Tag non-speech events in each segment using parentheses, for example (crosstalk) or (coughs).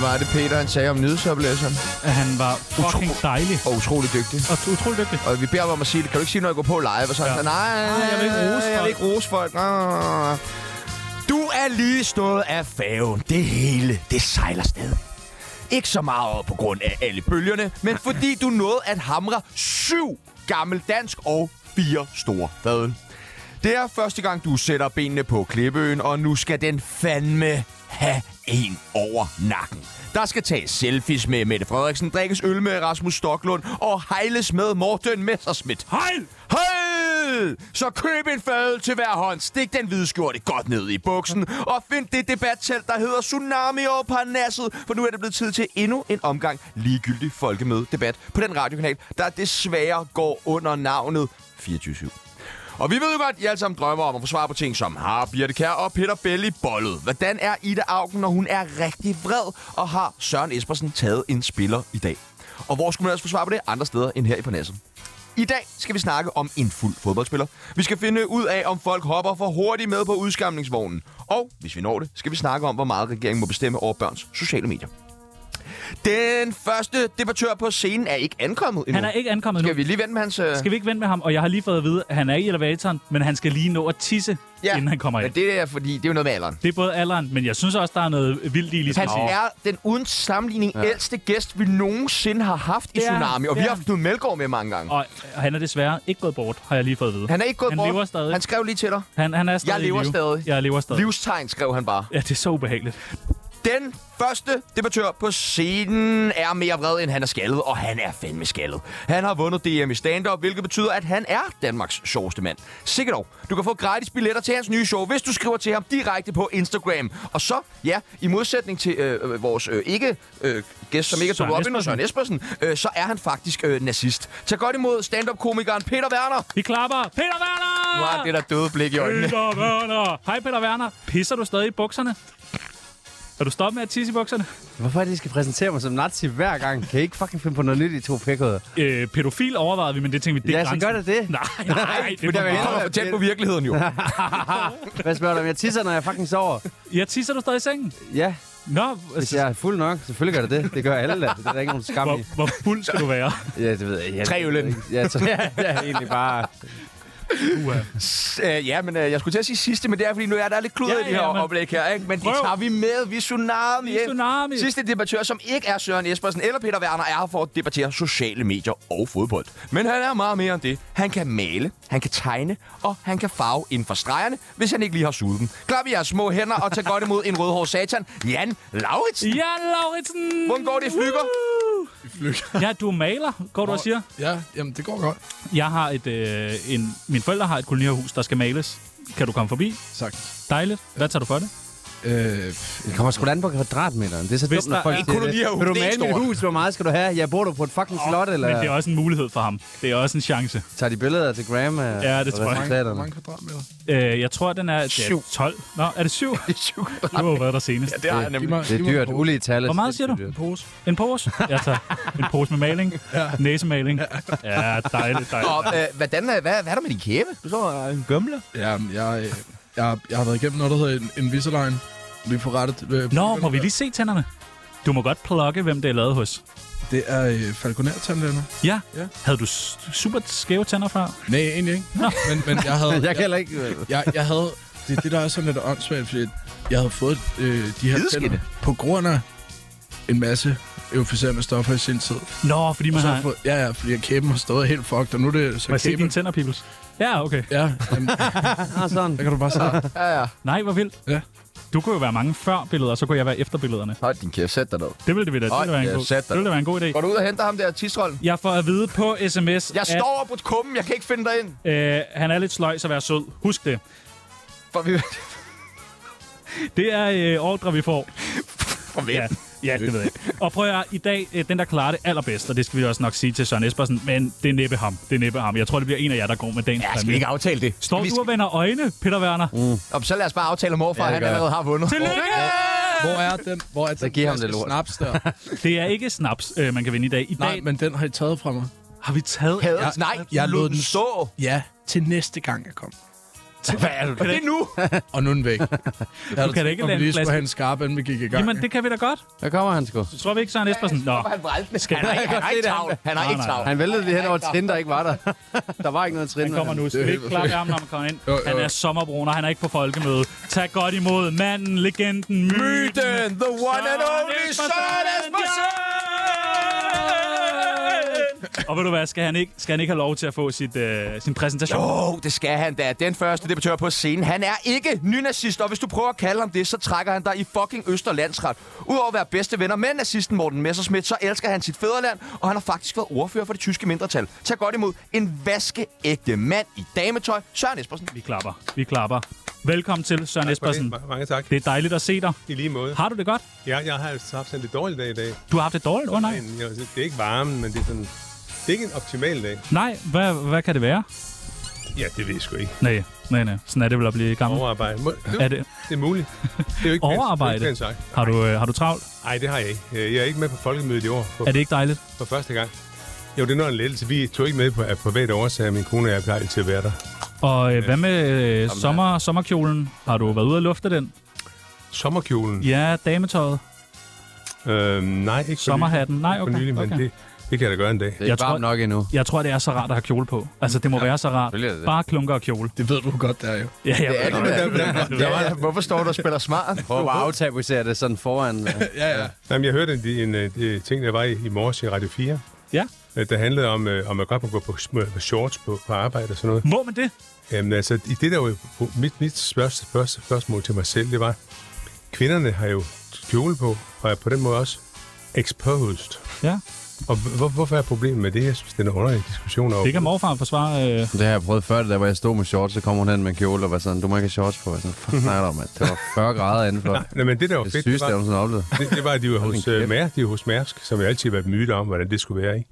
var det, Peter han sagde om nyhedsoplæseren? at han var fucking dejlig Og utrolig dygtig. og utrolig dygtig. Og vi beder ham om at sige det. Kan du ikke sige, når jeg går på live? Og så ja. Ja. nej, Nej, jeg vil ikke rose jeg vil folk. ikke rose folk. Nå. Du er lige stået af færgen. Det hele, det sejler sted. Ikke så meget over på grund af alle bølgerne, men fordi du nåede at hamre syv gammel dansk og fire store fadøl. Det er første gang, du sætter benene på Klippeøen, og nu skal den fandme have en over nakken. Der skal tages selfies med Mette Frederiksen, drikkes øl med Rasmus Stoklund og hejles med Morten Messerschmidt. Hejl! Hejl! Så køb en fadøl til hver hånd, stik den hvide skjorte godt ned i buksen, og find det debattelt, der hedder Tsunami over Parnasset, for nu er det blevet tid til endnu en omgang ligegyldig folkemøde-debat på den radiokanal, der desværre går under navnet 24 og vi ved jo godt, at I alle sammen drømmer om at få svar på ting som Har Birte Kær og Peter Belli bollet? Hvordan er Ida Augen, når hun er rigtig vred? Og har Søren Espersen taget en spiller i dag? Og hvor skulle man ellers få svar på det? Andre steder end her i Parnasset. I dag skal vi snakke om en fuld fodboldspiller. Vi skal finde ud af, om folk hopper for hurtigt med på udskamningsvognen. Og hvis vi når det, skal vi snakke om, hvor meget regeringen må bestemme over børns sociale medier. Den første debattør på scenen er ikke ankommet endnu. Han er ikke ankommet nu. Skal vi lige vente med hans... øh, Skal vi ikke vente med ham? Og jeg har lige fået at vide, at han er i elevatoren, men han skal lige nå at tisse, ja. inden han kommer ind. Men det er, fordi det er jo noget med alderen. Det er både alderen, men jeg synes også, der er noget vildt i, ligesom Han er den uden sammenligning ja. ældste gæst, vi nogensinde har haft i Det er han. Tsunami. Og vi Det er har haft Knud Melgaard med mange gange. Og og han er desværre ikke gået bort, har jeg lige fået at vide. Han er ikke gået han bort. lever stadig. Han skrev lige til dig. Han, han er stadig Jeg lever i live. stadig. Jeg lever stadig. Livstegn skrev han bare. Ja, det er så ubehageligt. Den første debattør på scenen er mere vred, end han er skaldet, og han er fandme skaldet. Han har vundet DM i stand-up, hvilket betyder, at han er Danmarks sjoveste mand. Sikkert dog. Du kan få gratis billetter til hans nye show, hvis du skriver til ham direkte på Instagram. Og så, ja, i modsætning til øh, øh, vores øh, ikke øh, gæst, som ikke er Tom Søren Robin og Søren Espersen. Espersen, øh, så er han faktisk øh, nazist. Tag godt imod stand-up-komikeren Peter Werner. Vi klapper. Peter Werner! Nu har han det der døde blik i øjnene. Peter Werner! Hej Peter Werner. Pisser du stadig i bukserne? Er du stoppet med at tisse i bukserne? Hvorfor er det, I skal præsentere mig som nazi hver gang? Kan I ikke fucking finde på noget nyt, I to pækkoder? Øh, pædofil overvejede vi, men det tænkte vi, det er Ja, så grænsen. gør det (laughs) det. Nej, nej, det er for Det meget. kommer for tæt på virkeligheden jo. Hvad spørger du om? Jeg tisser, når jeg fucking sover. Ja, tisser du stadig i sengen? Ja, Nå, hvis altså, jeg er fuld nok. Selvfølgelig gør det det. Det gør alle da. Det er der ikke nogen skam i. hvor, hvor fuld skal du være? Ja, det ved jeg. jeg Tre øl ind. Ja, så, ja, det er egentlig bare... Øh, ja, men øh, jeg skulle til at sige sidste, men det er, fordi nu er der lidt kluder ja, Ja, i det her ja, men... men- oplæg her. Ikke? Men det Prøv. tager vi med. Vi er tsunami. Vi er Tsunami. Sidste debattør, som ikke er Søren Espersen eller Peter Werner, er her for at debattere sociale medier og fodbold. Men han er meget mere end det. Han kan male, han kan tegne, og han kan farve inden for stregerne, hvis han ikke lige har suget dem. Klap i jeres små hænder og tag godt imod en rødhård satan, Jan Lauritsen. Jan Lauritsen! Hvordan går det i flygger? Ja, du er maler, går du og siger. Ja, jamen det går godt. Jeg har et, øh, en, mine forældre har et kolonierhus, der skal males. Kan du komme forbi? Sagt. Dejligt. Hvad tager du for det? Øh, Det kommer sgu da an på kvadratmeteren. Det er så Hvis dumt, når der folk er- siger Kolonier er jo det. Vil du det male stort. mit hus? Hvor meget skal du have? Jeg bor du på et fucking slot, eller Men det er også en mulighed for ham. Det er også en chance. tager de billeder til Graham? og- Ja, det og tror jeg. mange, hvor resultaterne? mange kvadratmeter? Øh, jeg tror, den er det er Syv. 12. Nå, er det 7? Du har jo været der senest. Det har jeg Det, nemlig. mig- det giv er mig dyrt. en pose. Ulige tal. Hvor meget siger du? pose. En pose? Jeg tager en pose med maling. Ja. Næsemaling. Ja, dejligt, Og, dejligt. øh, hvordan, er- hvad, hvad er der med din (laughs) kæbe? Du står og er en gømler. Ja, men jeg, øh, jeg, jeg har været igennem noget, der hedder en, en Visalign. Lige på rettet. Øh, Nå, må vi lige se tænderne? Du må godt plukke, hvem det er lavet hos. Det er øh, falconer tandlænder. Ja. Ja. Havde du s- super skæve tænder før? Nej, egentlig ikke. Men, men jeg havde... (laughs) (laughs) Jeg kan heller ikke... jeg, jeg havde... Det er det, der er sådan lidt åndssvagt, fordi jeg havde fået øh, de her Hvidskætte. tænder på grund af en masse euforiserende stoffer i sin tid. Nå, fordi Og man så har... har jeg fået, ja, ja, fordi jeg kæben har stået helt fucked, og nu er det Må så jeg se kæben... dine tænder, Pibels? Ja, okay. Ja, jamen, Ah, sådan. der kan du bare sige. Ja, ja. Nej, hvor vildt. Ja. Du kunne jo være mange før billeder, og så kunne jeg være efter billederne. Hold din kæft, sæt dig ned. Det ville det, da- det Ej, ville være en ja, god, sæt dig. det ville da være en god idé. Går du ud og henter ham der tidsrollen? Jeg får at vide på sms, Jeg at står på kummen, jeg kan ikke finde dig ind. øh, han er lidt sløj, så vær sød. Husk det. For vi... (laughs) Det er øh, ordre, vi får. For hvem? Ja, ja det ved jeg. Og prøv at høre, i dag, øh, den der klarer det allerbedst, og det skal vi også nok sige til Søren Espersen, men det er næppe ham. Det er næppe ham. Jeg tror, det bliver en af jer, der går med dagens Ja, skal vi præmie. ikke aftale det? Står vi du og vender øjne, Peter Werner? Mm. Om, så lad os bare aftale om morfar, ja, Ja, han det gør jeg. allerede har vundet. Tillykke! Hvor er den? Hvor er den? giv ham flaske det lort. Snaps der. Det er ikke snaps, øh, man kan vinde i dag. I dag Nej, men den har I taget fra mig. har vi taget Hader. Jeg- Nej, jeg du lod den stå. Ja, til næste gang jeg kommer. Hvad er det, du Og det er nu. Og nu er (laughs) den væk. du kan da ikke lade om vi en lige skulle flaske- have en skarp, inden vi gik i gang. Jamen, det kan vi da godt. Der kommer han sgu. Tror vi ikke, Søren Espersen? Nå, Han var (laughs) aldrig. Skal- Han har ikke- han har ikke travlt. Han har Nej, ikke nej. travlt. Han væltede lige hen over trin, der ikke var der. (laughs) der var ikke noget trin. han kommer nu. Skal vi ikke klappe i armen, når man kommer ind? Jo, jo. Han er sommerbrun, og han er ikke på folkemøde. Tag godt imod manden, legenden, myten. Myten, the one and only Søren Espersen! Og ved du hvad, skal han ikke, skal han ikke have lov til at få sit, øh, sin præsentation? Jo, det skal han da. Den første debattør på scenen, han er ikke nynazist, og hvis du prøver at kalde ham det, så trækker han dig i fucking Østerlandsret. Udover at være bedste venner med nazisten Morten Messerschmidt, så elsker han sit fædreland, og han har faktisk været ordfører for det tyske mindretal. Tag godt imod en vaskeægte mand i dametøj, Søren Espersen. Vi klapper, vi klapper. Velkommen til, Søren Tak for Espersen. det. Ma- Mange tak. Det er dejligt at se dig. I lige måde. Har du det godt? Ja, jeg har altså haft sådan lidt dårlig dag i dag. Du har haft det dårligt? Åh oh, nej. Men jeg, det er ikke varmen, men det er sådan... Det er ikke en optimal dag. Nej, hvad, hvad kan det være? Ja, det ved jeg sgu ikke. Nej, nej, nej. Sådan er det vel at blive gammel. Overarbejde. Må, det, Er det det er muligt. Det er jo ikke overarbejde? pænt- Det er ikke pænt sagt. Har du, øh, har du travlt? Nej, det har jeg ikke. Øh, Jeg er ikke med på folkemødet i år for, Er det ikke dejligt? for første gang. Jo, det er noget af en lettelse. Vi tog ikke med på af private årsager. Min kone og jeg plejer til at være der. Og øh, hvad med øh, sommer, sommerkjolen? Har du været ude og lufte den? Sommerkjolen. Ja, dametøjet. Øhm, nej, ikke for Sommerhatten. Nej, nylig. For nylig, okay. men okay. det, det kan jeg da gøre en dag. Det er Jeg ikke varmt tror- nok endnu. Jeg tror, det er så rart at have kjole på. Altså, det må være så rart. selvfølgelig er det det. Bare klunker og kjole. Det ved du godt, der er jo. Ja, ja. Det Ja, ja. Hvorfor står du og spiller smart? Prøv at aftabuisere det sådan foran. øh. Ja, ja. Jamen, jeg hørte en, en, en, en ting, der var i, i morges i Radio 4. Ja. øh, der handlede om, øh, om at godt må gå på sm- på shorts på, på arbejde og sådan noget. Må man det? Jamen altså, i det der jo, mit, mit første, første spørgsmål til mig selv, det var, kvinderne har jo kjole på, og er på den måde også exposed. Ja. Og hvor, hvorfor er problemet med det? Jeg synes, det er en underlig diskussion over. Det kan morfar forsvare. Øh. Det har jeg prøvet før, det der, hvor jeg stod med shorts, så kommer hun hen med en kjole og var sådan, du må ikke have shorts på. Jeg var sådan, fuck nej, mand. Det var 40 grader (laughs) indenfor. Nej, men det der var Det fedt, det sygeste, jeg var, nogensinde har oplevet. det, det var, at (laughs) de var hos, Hold øh, kæft. Mær, de var hos Mærsk, som jeg altid har været myter om, hvordan det skulle være, ikke?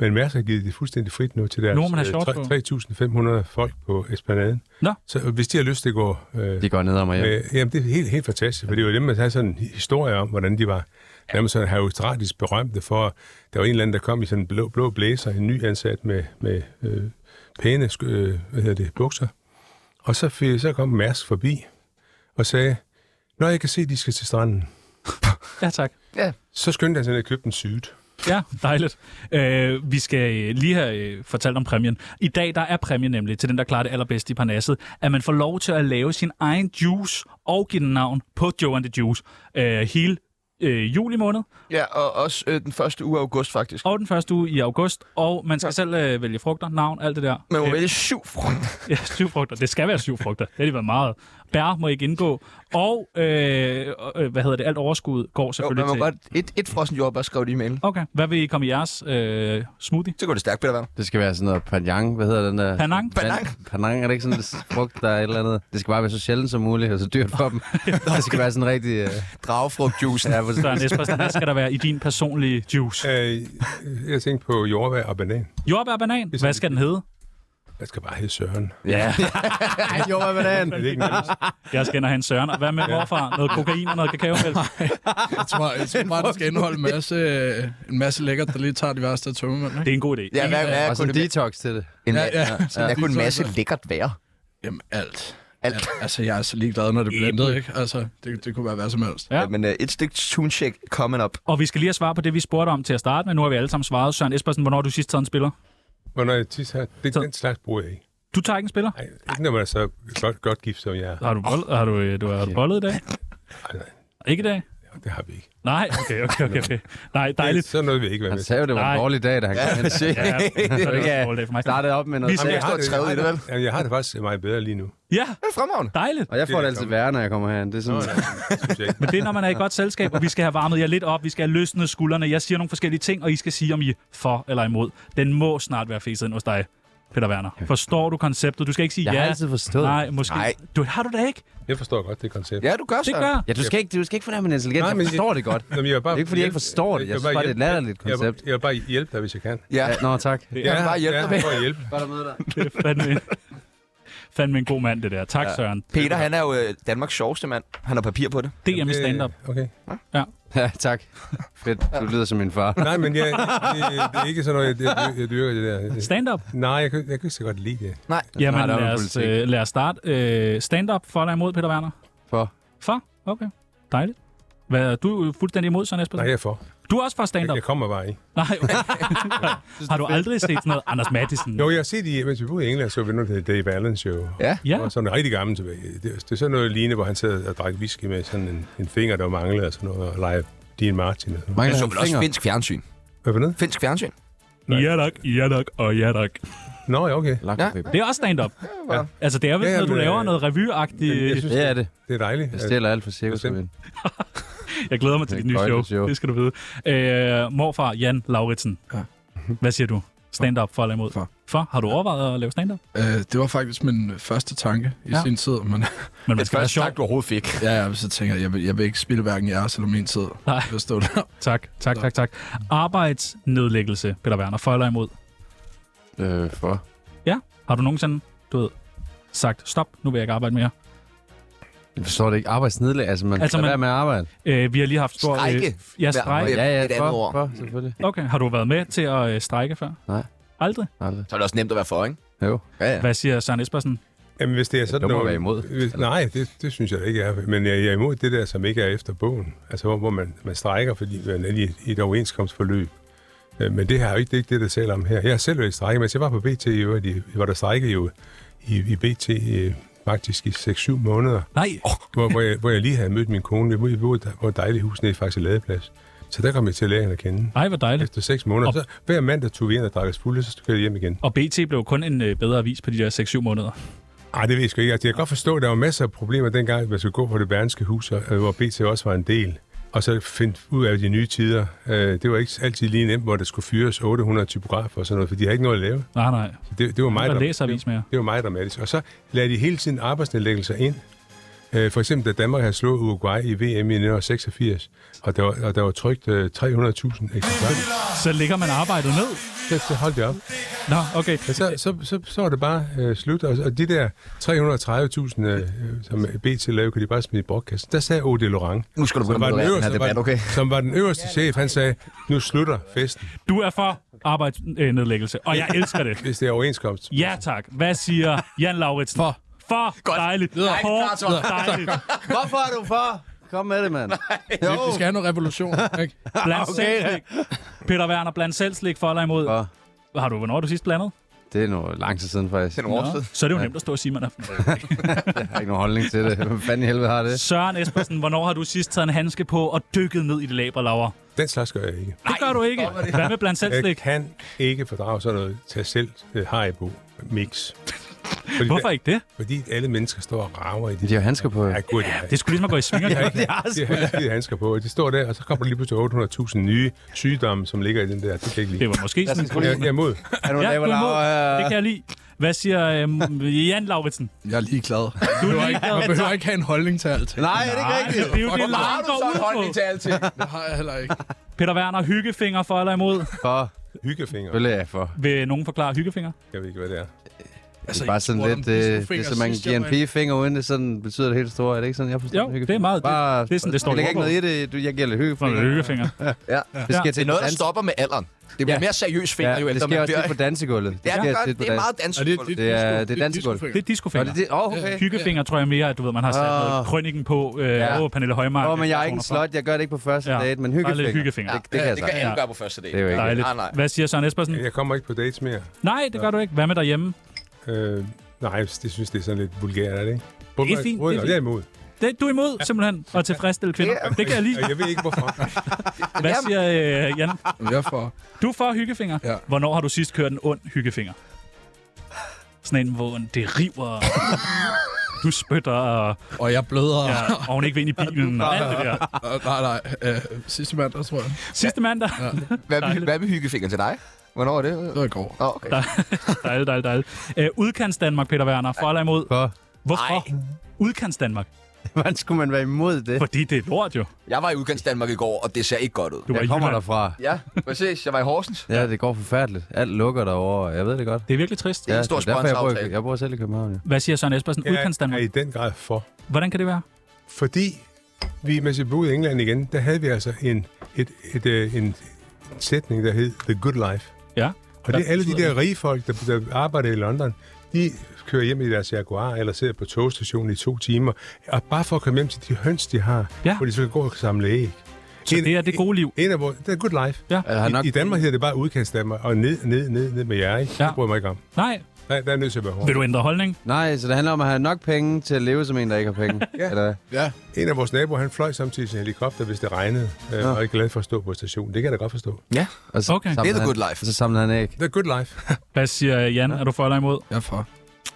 Men Mærsk har givet det fuldstændig frit nu til deres Nu må man have øh, shorts på. 3.500 folk på Esplanaden. Nå. Så hvis de har lyst til at gå øh, De går ned om mig hjem. Øh, jamen, det er helt, helt fantastisk, for det var dem, man havde sådan en historie om, hvordan de var nærmest sådan herokratisk berømte for. Der var en eller anden, der kom i sådan en blå, blå blæser, en ny ansat med, med øh, pæne sk- øh, hvad hedder det, bukser. Og så, fik- så kom Mærsk forbi og sagde, når jeg kan se, at de skal til stranden, Ja, tak. så skyndte han sig ned og købte en sygt. Ja, dejligt. Øh, vi skal øh, lige have øh, fortalt om præmien. I dag der er præmien nemlig til den, der klarer det allerbedst i Parnasset, at man får lov til at lave sin egen juice og give den navn på Joe and the Juice øh, hele øh, juli måned, Ja, og også øh, den første uge af august, faktisk. og den første uge i august, og man skal selv øh, vælge frugter, navn, alt det der. Man må vælge syv frugter. Ja, syv frugter. Det skal være syv frugter. Det har de været meget. Bær må ikke indgå. Og, øh, øh, hvad hedder det, alt overskud går Jo, selvfølgelig man må til... godt et, et frossen jordbær, skrev det i mailen. Okay, hvad vil I komme i jeres øh, smoothie? Så går det stærkt, Peter Werner. Det skal være sådan noget panjang, hvad hedder den der? Panang? Panang. Pan- Panang, er det ikke sådan en frugt, der er et eller andet? Det skal bare være så sjældent som muligt, og så dyrt (laughs) for dem. det skal være sådan rigtig... Øh, Dragefrugtjuicen. ja, præcis. Søren Espersen, hvad skal der være i din personlige juice? Øh, jeg tænkte på jordbær og banan. Jordbær og banan? Hvad skal den hedde? Jeg skal bare hedde Søren. (laughs) ja. (laughs) Ej, jo, hvad banan? Er det ikke nemmest? Jeg skal ind og have en søren. Og Hvad med morfar? Noget kokain og noget kakaomælk? Jeg tror, jeg tror bare, (laughs) det skal indeholde en masse, øh, en masse lækkert, der lige tager de værste af tømmermænd. ikke? Det er en god idé. Øh, Ja, hvad, hvad er Og kun sådan det? en detox til det. En, Ja, ja, ja. ja, ja. Jeg kunne en masse lækkert være. Jamen, alt. Alt. alt. Altså, jeg er så ligeglad, når det er blandet, ikke? Altså, det, det kunne være hvad som helst. Ja. Ja. Men uh, et stik tunecheck coming up. Og vi skal lige have svar på det, vi spurgte om til at starte med. Nu har vi alle sammen svaret. Søren Espersen, hvornår har du sidst taget en spiller? Hvornår jeg tis her, det, Så- den slags bruger jeg ikke. Du tager ikke en spiller? Ej, ikke når man er så godt, godt gift, som jeg er. Har du, bold, har du, øh, du har bollet i dag? Ej, nej, Ikke i dag? det har vi ikke. Nej, okay, okay, okay. okay. Nej, Altså, Sådan dejligt. Så noget vil jeg ikke være Han med til. sagde jo, det var Nej. en dårlig dag, da han kom hen. Se. Ja, så er det også Ja. en dårlig dag for mig. (laughs) Startede op med Vi noget. skal- Jeg har står det- træet i det, vel? Jamen, jeg har det faktisk meget bedre lige nu. Ja, Det er fremragende. dejligt. Og jeg får det Det er altid kommet. værre, når jeg kommer herhen. Det er sådan, Synes jeg ikke. (laughs) Men det er, når man er i godt selskab, og vi skal have varmet jer lidt op, vi skal have løsnet skuldrene. Jeg siger nogle forskellige ting, og I skal sige, om I er for eller imod. Den må snart være fæset ind hos dig, Peter Werner. Forstår du konceptet? Du skal ikke sige jeg ja. har altid forstået. Nej, måske. Nej. Du, har du da ikke? Jeg forstår godt det koncept. Ja, du gør så. Det gør. Ja, du skal ikke, du skal ikke fornærme min intelligens. Nej, Jeg men- forstår det godt. Nå, men jeg vil bare Det er ikke, fordi jeg ikke hjælpe- forstår det. Jeg vil synes bare, det er et hjælpe- latterligt jeg vil- koncept. Jeg vil bare hjælpe dig, hvis jeg kan. Ja. Ja, nå, tak. Jeg vil bare hjælpe (laughs) ja, dig med. for at hjælpe. Godt at møde dig. Det er fandme en Fandme en god mand, det der. Tak, ja. Søren. Peter, han er jo øh, Danmarks sjoveste mand. Han har papir på det. DM i stand-up. Øh, Okay. Ja, tak. Fedt. Du lyder som min far. Nej, men jeg, det, det, er ikke sådan noget, jeg, jeg, jeg dyrker det der. Stand-up? Nej, jeg, kan- jeg kan ikke så godt lide det. Nej. Jamen, der er jo lad en os, politik. øh, lad os starte. Øh, stand-up for eller imod, Peter Werner? For. For? Okay. Dejligt. Hvad, er du fuldstændig imod, Søren Espersen? Nej, jeg er for. Du er også for Jeg, stand-up? jeg kommer bare ikke. Nej, okay. (laughs) Har du aldrig set sådan noget Anders Mattisen? Jo, jeg har set i, mens vi boede i England, så vi noget, der hedder Dave Allen Show. Ja. Ja, Ja. Og sådan en rigtig gammel tilbage. Det, det er sådan noget lignende, hvor han sad og drak whisky med sådan en, en finger, der manglede og sådan noget, og lege Dean Martin og sådan noget. Jeg Mangler så han vel også fingre? finsk fjernsyn. Hvad for noget? Finsk fjernsyn. ja tak, ja tak, og ja tak. Nå, ja, okay. Lagt Ja. på Det er også stand-up. Ja. Altså, det er vel, Ja, når du jamen, laver øh, noget Jeg revyagtigt. synes, Det er det. det er dejligt. Jeg stjæler alt for cirkusrevyen. Jeg glæder mig til Det dit er nye et show. gøjlet show. show. Det skal du vide. Øh, morfar Jan Lauritsen. Ja. Hvad siger du? Stand-up for eller imod? For. For? Har du overvejet at lave stand-up? Øh, det var faktisk min første tanke i Ja. ja. sin tid, men (laughs) Men man Det skal være første sjov. tak, du overhovedet fik. ja, ja, så tænker jeg, jeg vil, jeg vil ikke spille hverken jeres eller min tid. Nej. Jeg stod der. Tak, tak, tak, tak. Arbejdsnedlæggelse, Peter Werner. For eller imod? Øh, for. Har du nogensinde, du ved, sagt, stop, nu vil jeg ikke arbejde mere? Jeg forstår det ikke. Arbejdsnedlæg. Altså, man Altså, altså, man... man- være med at arbejde. Øh, vi har lige haft stor... Strejke. Øh, ja, strejke. Et- Ja, ja, et andet for, ord. for, selvfølgelig. Okay, har du været med til at øh, strejke før? Nej. Aldrig? Aldrig. Så er det også nemt at være for, ikke? Jo. Ja, ja. Hvad siger Søren Espersen? Jamen, hvis det er sådan Du må noget- være imod. Hvis, nej, det, det synes jeg da ikke jeg er. Men jeg, jeg er imod det der, som ikke er efter bogen. Altså, hvor, hvor man, man strækker, fordi man er i et- i et overenskomstforløb. Øh, Men det her er jo ikke det, er ikke det der taler om her. Jeg har selv været i strække, men jeg var på BT i øvrigt, i- hvor der strækkede jo i, i BT øh, faktisk i 6-7 måneder, Nej. Oh, hvor, hvor, jeg, hvor jeg lige havde mødt min kone. Vi boede vi boede på et dejligt hus nede i Faxe Ladeplads. Så der kom jeg til at lære hende at kende. nej, hvor dejligt. Efter 6 måneder. Og- Så hver mandag tog vi ind og drak os fulde, så skulle jeg hjem igen. Og BT blev kun en øh, bedre avis på de der 6-7 måneder. Nej, det ved jeg sgu ikke. Altså, jeg kan godt forstå, at der var masser af problemer dengang, at man skulle gå på det bærenske hus, og- øh, hvor BT også var en del. Og så finde ud af de nye tider. Øh, Det var ikke altid lige nemt, hvor der skulle fyres 800 typografer og sådan noget, for de har ikke noget at lave. Nej, nej. Det, det var Jeg meget, læser avis mere. det var meget dramatisk. Og så lagde de hele tiden arbejdsnedlæggelser ind. Øh, For eksempel, da Danmark havde slået Uruguay i VM i 1986, og der var, og der var trygt øh, 300.000 eksemplarer, Så ligger man arbejdet ned. så, så holdt det op. Nå, okay. Men så, så, så, så var det bare øh, slut, og, og de der 330.000, øh, øh, som BT lavede, kunne de bare smide i brugkassen. Der sagde Odile Lorang, Nu skal du som begynde var, at den moderere den øverste, her debat, okay? var, som var den øverste chef, han sagde, nu slutter festen, Du er for arbejdsnedlæggelse, og jeg elsker det. hvis det er overenskomst. Ja tak. Hvad siger Jan Lauritsen? For. For Godt. dejligt. Videre. Hårdt Videre. (laughs) dejligt. Hvorfor er du for? Kom med det, mand. Vi, vi skal have noget revolution, (laughs) ikke? Bland okay. selv slik. Peter Werner, bland selv slik for eller imod. For. Har du, hvornår har du sidst blandet? Det er noget lang tid siden, faktisk. Det er en overtid. Så er det jo nemt at stå og sige, man er. Jeg har ikke nogen holdning til det. Hvad fanden i helvede har det? Søren Espersen, hvornår har du sidst taget en handske på og dykket ned i det labre, Laura? Den slags gør jeg ikke. Det gør du ikke. Hvad med blandt selv Jeg (laughs) slik? kan ikke fordrage sådan noget tag selv øh, Haribo mix. Fordi (laughs) Hvorfor der- ikke det? Fordi alle mennesker står og rager i det. De har handsker på. Ja, gud, ja, Det er sgu ligesom at gå i svingerklub. de har ikke skide handsker på. De står der, og så kommer der lige pludselig 800.000 nye sygdomme, som ligger i den der. Det kan jeg ikke lide. Det var måske sådan en Jeg, jeg er imod. Er du Ja, du laver er laver? imod. Det kan jeg lide. Hvad siger øhm, Jan Lauritsen? Jeg er lige glad. Du er ikke, man behøver ikke have en holdning til alt. Nej, det er ikke Nej, rigtigt. det er jo det, Hvorfor Laura går ud på. alting. Det har jeg heller ikke. Peter Werner, hyggefinger for eller imod? For. Hyggefinger. Selvfølgelig er jeg for. Vil nogen forklare hyggefinger? Jeg ved ikke, hvad det er. Altså, det er bare sådan jeg lidt, spurgte om ligesom øh, det pigefinger er som man sidst, giver en jeg var- pigefinger uden det, sådan betyder det helt store. Er det ikke sådan, jeg forstår? Jo, en hyggefinger? det er meget- det- Bare, det er sådan, det står i Jeg lægger ikke noget i det, du, jeg giver lidt For hyggefinger. hyggefinger. Ja. Det Ja. skal Det er noget, der stopper med alderen. Det bliver Ja. mere seriøs finger, jo Ja, det ældre sker man også bliver. lidt på dansegulvet. Det Ja, sker også lidt det, på det er dans- meget dansk. Og det, det, Det er- disco- det er dansegulv. Det er Nå, discofinger. det- det- Åh, okay. Hyggefinger tror jeg mere, at du ved, man har sat Ah. noget krønningen på. Øh, Ja. Åh, Pernille Højmark. Åh, men jeg er ikke en personer slot, jeg gør det ikke på første Ja. date, men Bare lidt hyggefinger. hyggefinger. Det, det kan jeg det kan sagt. alle Ja. gøre på første date. Det er jo fra. ikke- Ah, Dejligt. Nej, nej. Hvad siger Søren Espersen? Jeg kommer ikke på dates mere. Nej, det gør du ikke. Hvad med derhjemme? Øh, nej, det synes det er sådan lidt vulgært, er det ikke? Det er fint, Brød- det er Jeg er imod. Det, du er imod, simpelthen, at tilfredsstille kvinder. Det kan jeg lige. Og (laughs) jeg ved ikke, (laughs) hvorfor. Hvad siger øh, Jan? Jamen, Jeg er for. Du får hyggefinger. Ja. Hvornår har du sidst kørt en ond hyggefinger? Sådan en, hvor det river, (laughs) og du spytter, og, Og jeg bløder. ja, Ja. og hun ikke vil ind i bilen, og alt det der. Nej, nej. Øh, sidste mandag, tror jeg. Sidste mandag. Hvad med, Dejligt. hvad med hyggefinger til dig? Hvornår er det? Det var i går. Åh, okay. Dejligt, dejligt, dejligt. Øh, udkants Danmark, Peter Werner. For eller imod? For. Hvorfor? Udkants Danmark. (laughs) Hvordan skulle man være imod det? Fordi det er lort jo. Jeg var i udkants Danmark i går, og det ser ikke godt ud. Du var i Jeg kommer Jylland. derfra. Ja, præcis. Jeg var i Horsens. Ja, det går forfærdeligt. Alt lukker derovre. Jeg ved det godt. Det er virkelig trist. Ja, Ja. en stor det er derfor, jeg, bor, sponsoraftale. i- jeg bor selv i København. Ja. Hvad siger Søren Espersen? Ja, Udkants er Danmark. i den grad for. Hvordan kan det være? Fordi vi, mens vi boede i England igen, der havde vi altså en, et, et, øh, en sætning, der hed The Good Life. Ja. Og det er Hvad alle de betyder der rige folk, der, der arbejder i London, de kører hjem i deres Jaguar eller sidder på togstationen i to timer, og bare for at komme hjem til de høns, de har, Ja. hvor de så kan gå og samle æg. Så det er det gode liv. En af vores, det er good life. Ja. Jeg har nok, I, I Danmark hedder det bare udkantsdanmark, og ned, ned, ned, ned med jer, ikke? Ja. Det bryder jeg mig ikke om. Nej. Nej, der er nødt til at være hård. Vil du ændre holdning? nej, så det handler om at have nok penge til at leve som en, der ikke har (laughs) penge. Ja. Eller, hvad? Ja, En af vores naboer, han fløj samtidig i sin helikopter, hvis det regnede, øh, og er glad for at stå på stationen. Det kan jeg da godt forstå. Ja, og så Okay. samlede Det er the han- good life. Og så samlede han æg. Det er good life. Hvad siger Jan? Er du for eller imod? jeg er for.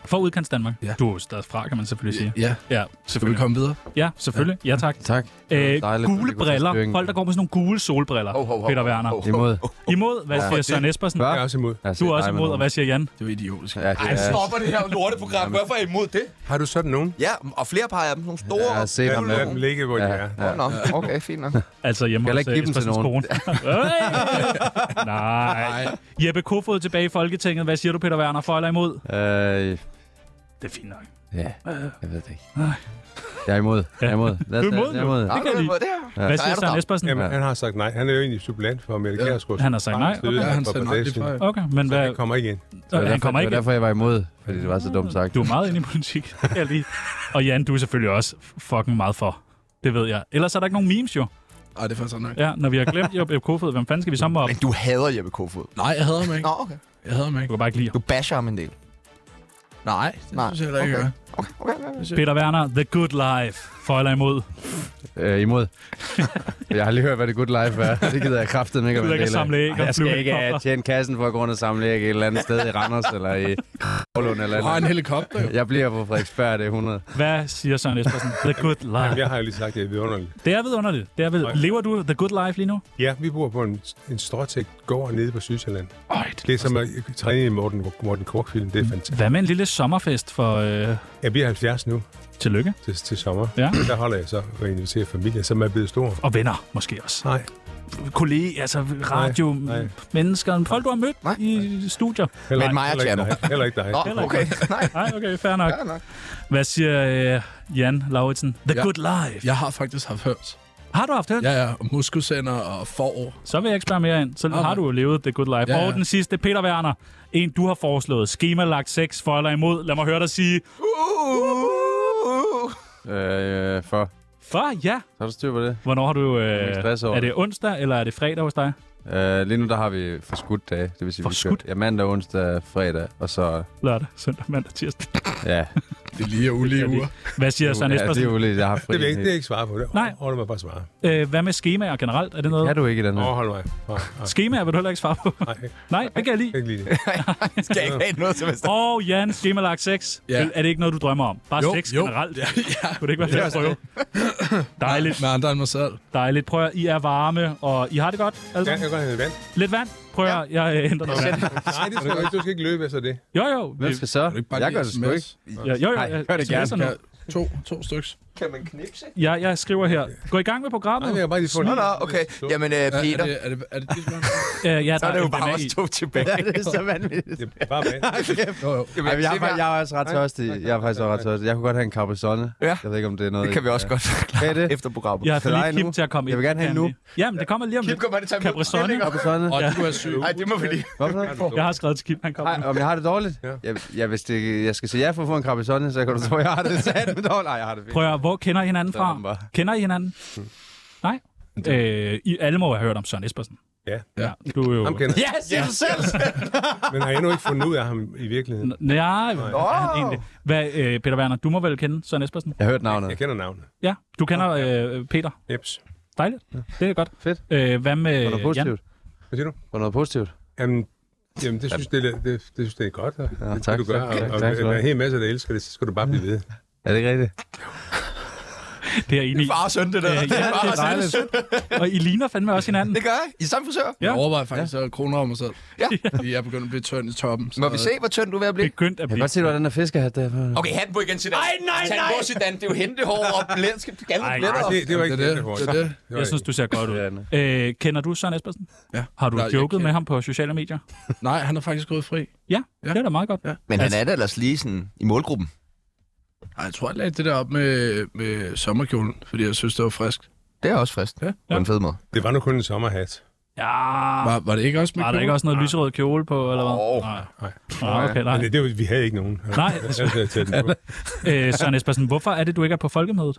For udkants Danmark. Ja. Du er jo stadig fra, kan man selvfølgelig sige. Ja, Ja, du vil selvfølgelig. komme videre. Ja, selvfølgelig. Ja, tak. Tak. Øh, Det var dejligt, at vi gule kunne tage briller. styringen. Folk, der går med sådan nogle gule solbriller. Ho, ho, ho, Peter ho, Werner. ho. (laughs) Imod. Altså, Imod, hvad siger Søren Espersen? Jeg er også imod. Jeg har set Du er også dig med imod, og nogen. hvad siger Jan? Det er jo idiotisk. Ja, det Ej, er- stopper det her lorteprogram. Hvorfor er I imod det? Har du sådan nogen? Ja, og flere par af dem. Nogle store. Jeg har set ham med Lad dem dem. ligge, hvor de Ja, er. ja. Nå, okay, fint nok. Altså hjemme Skal jeg hos ikke øh, give dem til Espersens kone. nogen? (laughs) Øj! Nej. Jeppe Kofod tilbage i Folketinget. Hvad siger du, Peter Werner? For eller imod? Øh, Det er fint nok. ja, jeg ved det ikke. Jeg er imod. Jeg er imod. Lad os- Du er imod jeg er nu. imod. Det kan jeg lide. Hvad siger Søren Espersen? Jamen, Ja. han har sagt nej. Han er jo egentlig supplant for Mette Gjerskov. Han har sagt nej. Ja, han sagde nej lige før. Okay, men Hvad? hvad, Øh, Han kommer ikke ind. Det var han derfor- kommer Det ikke var derfor, jeg var imod, fordi det var så dumt sagt. Du er meget inde i (laughs) politik, det kan jeg lige. Og Jan, du er selvfølgelig også fucking meget for. Det ved jeg. Ellers er der ikke nogen memes jo. Ej, det er faktisk nok. Ja, når vi har glemt Jeppe Kofod, hvem fanden skal vi så op? Men du hader Jeppe Kofod. Nej, jeg hader mig ikke. Nå, okay. Jeg hader mig Du ikke. kan bare ikke lide ham. Du basher ham en del. Nej, det Nej, synes jeg heller ikke, okay. jeg Okay, okay, okay. Peter Werner, The Good Life. For eller imod. Øh, imod. (laughs) jeg har lige hørt, hvad det good life er. Det gider jeg kraftedeme ikke at Du være en ikke del af. samle æg Ej, og Jeg skal flyve ikke øh, tjene kassen for at gå rundt og samle æg et eller andet sted i Randers eller i Aarhus eller gør. Du har eller en helikopter, jo. Jeg bliver på Frederiksberg, det er 100. Hvad siger Søren Espersen? The Good Jamen, Life. jeg har jo lige sagt, at det er vidunderligt. Det er vidunderligt. Det er ved... Lever du The Good Life lige nu? Ja, vi bor på en, en stråtægt gård nede på Sydsjælland. Øj, Det er som at Altså- træne i Morten, Morten Kork-film. Det er fantastisk. Hvad med en lille sommerfest for... Øh, Jeg bliver 70 nu tillykke. til, til sommer. Ja. Der holder jeg så og inviterer familien, som er blevet stor. Og venner, måske også. Nej, Kolleger, altså radio, Nej, nej. mennesker, folk, du har mødt Nej. i studier. heller, Men ikke- Maja heller, ikke Tjerno. dig. heller ikke dig. Nå, Heller ikke. okay. Nej, Nej, okay, fair nok. fair nok. Hvad siger øh, Jan Lauritsen? The ja. Ja. Good Life. Ja. Jeg har faktisk haft hørt. Har du haft det? Ja, ja, og muskusænder og forår. Så vil jeg ikke spørge mere ind. Så Okay. har du jo levet The Good Life. Ja, Ja, ja. Og den sidste, Peter Werner. En, du har foreslået. Schemalagt sex for eller imod. Lad mig høre dig sige. Uh, Øh, for. For ja. Så har du styr på det. Hvornår har du... er Øh, ikke stress over er det. det onsdag, eller er det fredag hos dig? Øh, lige nu der har vi forskudt dage. Det vil sige, vi Forskudt? kører ja, mandag, onsdag, fredag, og så... Lørdag, søndag, mandag, tirsdag. Ja, Det er lige og ulige uger. Hvad siger ja Søren det er Espersen? jo lidt, jeg har fri. Det vil jeg en ikke, det hel- er ikke svare på. Det Nej. overholder mig bare at svare. Øh, hvad med skemaer generelt? Er det noget? Kan du ikke i den her? Overhold mig. Nej, nej, Skemaer vil du heller ikke svare på. nej, jeg Nej, det kan jeg (laughs) lide. kan ikke lide det. skal jeg ikke have noget til vest. Åh, oh, Jan, schemalagt sex. Ja. Ja. Er det ikke noget, du drømmer om? Bare Jo, sex jo. generelt? Ja, (laughs) ja. Kunne det ikke være fedt at prøve? (coughs) Dejligt. Med andre end mig selv. Dejligt. Prøv at, I er varme, og I har det godt. Ja, Altså, jeg kan godt have lidt vand. Lidt vand. Prøv at, jeg øh, henter noget vand. Nej, det skal du ikke. Du skal ikke løbe efter det. Jo, jo. vi- Hvem skal så? Kan du ikke bare Jeg lige gør det sgu smash? ikke. (laughs) Ja, jo, jo. Nej, jeg- gør det sms'er gerne. nu. Ja, to, to styks. Kan man knipse? Jeg, jeg skriver her. Gå i gang med Nej, programmet. jeg kan bare lige få Nå, en- nå, okay. Jamen, øh, Er, er, Peter, det, er, det, er det det, spørgsmål? Øh, ja, så er der det jo en bare banal os i. to tilbage. det er så vanvittigt. Det er bare vand. Jo, jo. Jamen, Ej, men jeg, er, se, hvad- fa- jeg er også ret tørstig. Jeg er faktisk også ret tørstig. Jeg kunne godt have en carpesonne. Ja. Jeg ved ikke, om det er noget... Det kan vi også godt Hvad er forklare det? efter programmet. Jeg har fået Til lige dig Kim nu. til at komme Jeg ind. vil gerne have hende (laughs) nu. Jamen, det kommer lige om Kim lidt. kommer til at tage Caprisonne. Carpesonne. Og det kunne være sygt. Nej, det må vi lige. Hvorfor? Jeg har skrevet til Kim, han kommer Nej, nu. om jeg har det dårligt? Ja. Jeg, jeg, hvis det, jeg skal sige ja for at få en krabesonne, så kan du tro, jeg har det satme dårligt. Nej, jeg har det fint. Prøv at, hvor kender I hinanden Så er den fra? bare. Hmm. Kender I hinanden? Nej. Øh, I alle må have hørt om Søren Espersen. Ja, Ja, du er jo... ham kender jeg. Ja, siger du selv! Men har jeg endnu ikke fundet ud af ham i virkeligheden. Nej, hvad er han egentlig? Hvad, øh, Peter Werner, du må vel kende Søren Espersen? Jeg har hørt navnet. Jeg kender navnet. Ja, du kender øh, Peter. Jeps. Dejligt. Det er godt. Fedt. Øh, hvad med Var noget Jan? positivt? Hvad siger du? Var noget positivt? Jamen, jamen det, synes, det, er- det, det, synes jeg, det er godt. Og, ja, det, tak, du gør, tak, og, tak, og, tak skal du der have. er en hel masse, der elsker det, så skal du bare blive ved. Er det ikke rigtigt? Det er jeg enig i. Far og søn, det der. Øh, ja, det er dejligt. Og I ligner fandme også hinanden. Det gør jeg. I er samme frisør. Ja. Jeg overvejer faktisk at kroner om mig selv. Ja. Fordi jeg er begyndt at blive tynd i toppen. Må vi se, hvor tynd du er ved at blive? Begyndt at Jeg kan blive... godt se, du har den der fiskehat der. Okay, hatten på igen, Zidane. Nej, nej, nej. Tag på, Altså, Zidane. Det er jo hentehår og blænske Ej, galle blætter. Nej, det, det var ikke det er det, det. det, var Det er det. det. Jeg synes, du ser godt Ja, ud. Øh, kender du Søren Espersen? Ja. Har du Nej, jeg joket kender- med ham på sociale medier? Nej, han er faktisk gået fri. Ja, Ja. det er da meget godt. Ja. Men han er da ellers lige sådan i målgruppen. Nej, jeg tror, jeg lagde det der op med, med sommerkjolen, fordi jeg synes, det var frisk. Det er også frist. Ja. På en fed måde. det var nu kun en sommerhat. Ja, Var, var det ikke også med Ah. var der ikke kjole? også noget lyserød kjole på, eller hvad? Åh, nej. nej. Ah, okay, nej. Men det, det, var- vi havde ikke nogen. Altså, Nej. Jeg havde (laughs) taget den på. Øh, Søren Espersen, hvorfor er det, du ikke er på folkemødet?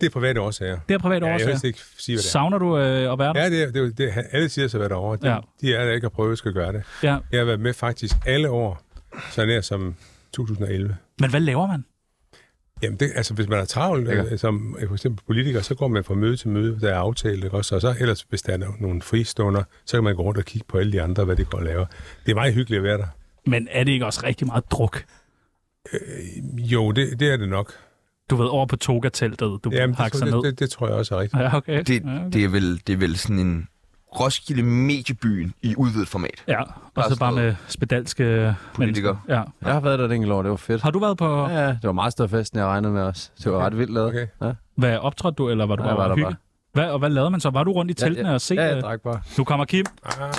Det er private årsager. Det er private Ja, jeg vil årsager. helst ikke sige, hvad det er. Savner du øh, at være der? Ja, det, er- det, er- det, er- alle siger så, hvad der er over. De, Ja. ja. de er der ikke at prøve, skal gøre det. Ja. Jeg har været med faktisk alle år, så nær som 2011. Men hvad laver man? Jamen, det, altså, hvis man er travlt, øh, som øh, for eksempel politiker, så går man fra møde til møde, der er aftalt, ikke også? Og så ellers, hvis der er no- nogle fristunder, så kan man gå rundt og kigge på alle de andre, hvad de går og laver. Det er meget hyggeligt at være der. Men er det ikke også rigtig meget druk? Jo, det, det er det nok. Du ved, over på toga-teltet, du Jamen, Jamen, det, hakker tror- det, ned. det, det, tror jeg også er rigtigt. Ja, okay. Det, ja, okay. det, er vel, det er vel sådan en Roskilde Mediebyen i udvidet format. ja, og så bare med spedalske mennesker. Ja. Jeg har været der et enkelt år, det var fedt. Har du været på... Ja, ja, det var meget større fest, end jeg regnede med os. Det var ret vildt lavet. Okay. Ja. Hvad optrådte du, eller var du Nej, bare jeg var der hygge? Hvad, og hvad lavede man så? Var du rundt i teltene ja, og se? Ja, jeg øh, drak bare. nu kommer Kim.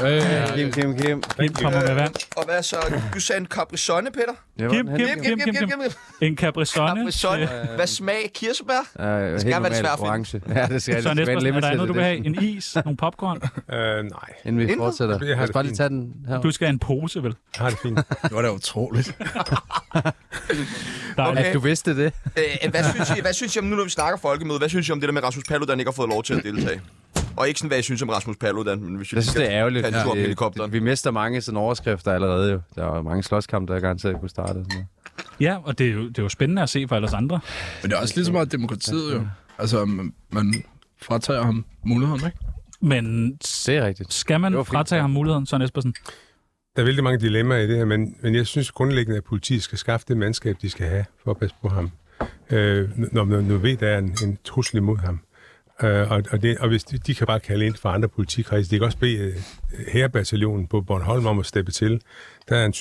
Øh, Kim, Kim, Kim. Kim kommer med vand. Og hvad så? Du sagde en Caprisonne, Peter? Jeg var Kim, den her- Kim, Kim, Kim, Kim. En Caprisonne. Caprisonne. Hvad smag? Kirsebær? Ja, helt være det normal svære at finde. orange. Ja, det skal jeg. Søren Det skal Espersen, være er der limited andet, du vil have? edition. En is? Nogle (laughs) popcorn? Øh, nej, Inden vi Intet? fortsætter. Jeg har Jeg det skal bare lige fint. tage den her. Du skal have en pose, vel? jeg har det fint. det var da utroligt. Der er Okay. At du vidste det. Øh, hvad, synes I, hvad synes I om, nu når vi snakker folkemøde, hvad synes I om det der med Rasmus Paludan ikke har fået lov til at deltage? Og ikke sådan, hvad I synes om Rasmus Paludan, men hvis I Jeg synes, det er ærgerligt. Kan du gå op i Det- helikopteren? Vi mister mange sådan overskrifter allerede jo. Der er mange slåskampe, der garanteret kunne starte. og Sådan noget. Ja, og det er, jo, det er jo spændende at se for alle os andre. Men det er også (laughs) lige så meget demokratiet jo. Altså, man, man fratager ham muligheden, ikke? Men Det er rigtigt. skal man Det var fint. fratage ham muligheden, Søren Espersen? Der er vældig mange dilemmaer i det her, men, men jeg synes grundlæggende, at politiet skal skaffe det mandskab, de skal have for at passe på ham. Øh, når man nu ved, der er en, en trussel imod ham. Øh, og, og, det, og hvis de, de kan bare kalde ind fra andre politikredse, de kan også bede herrebataljonen på Bornholm om at steppe til. Der er en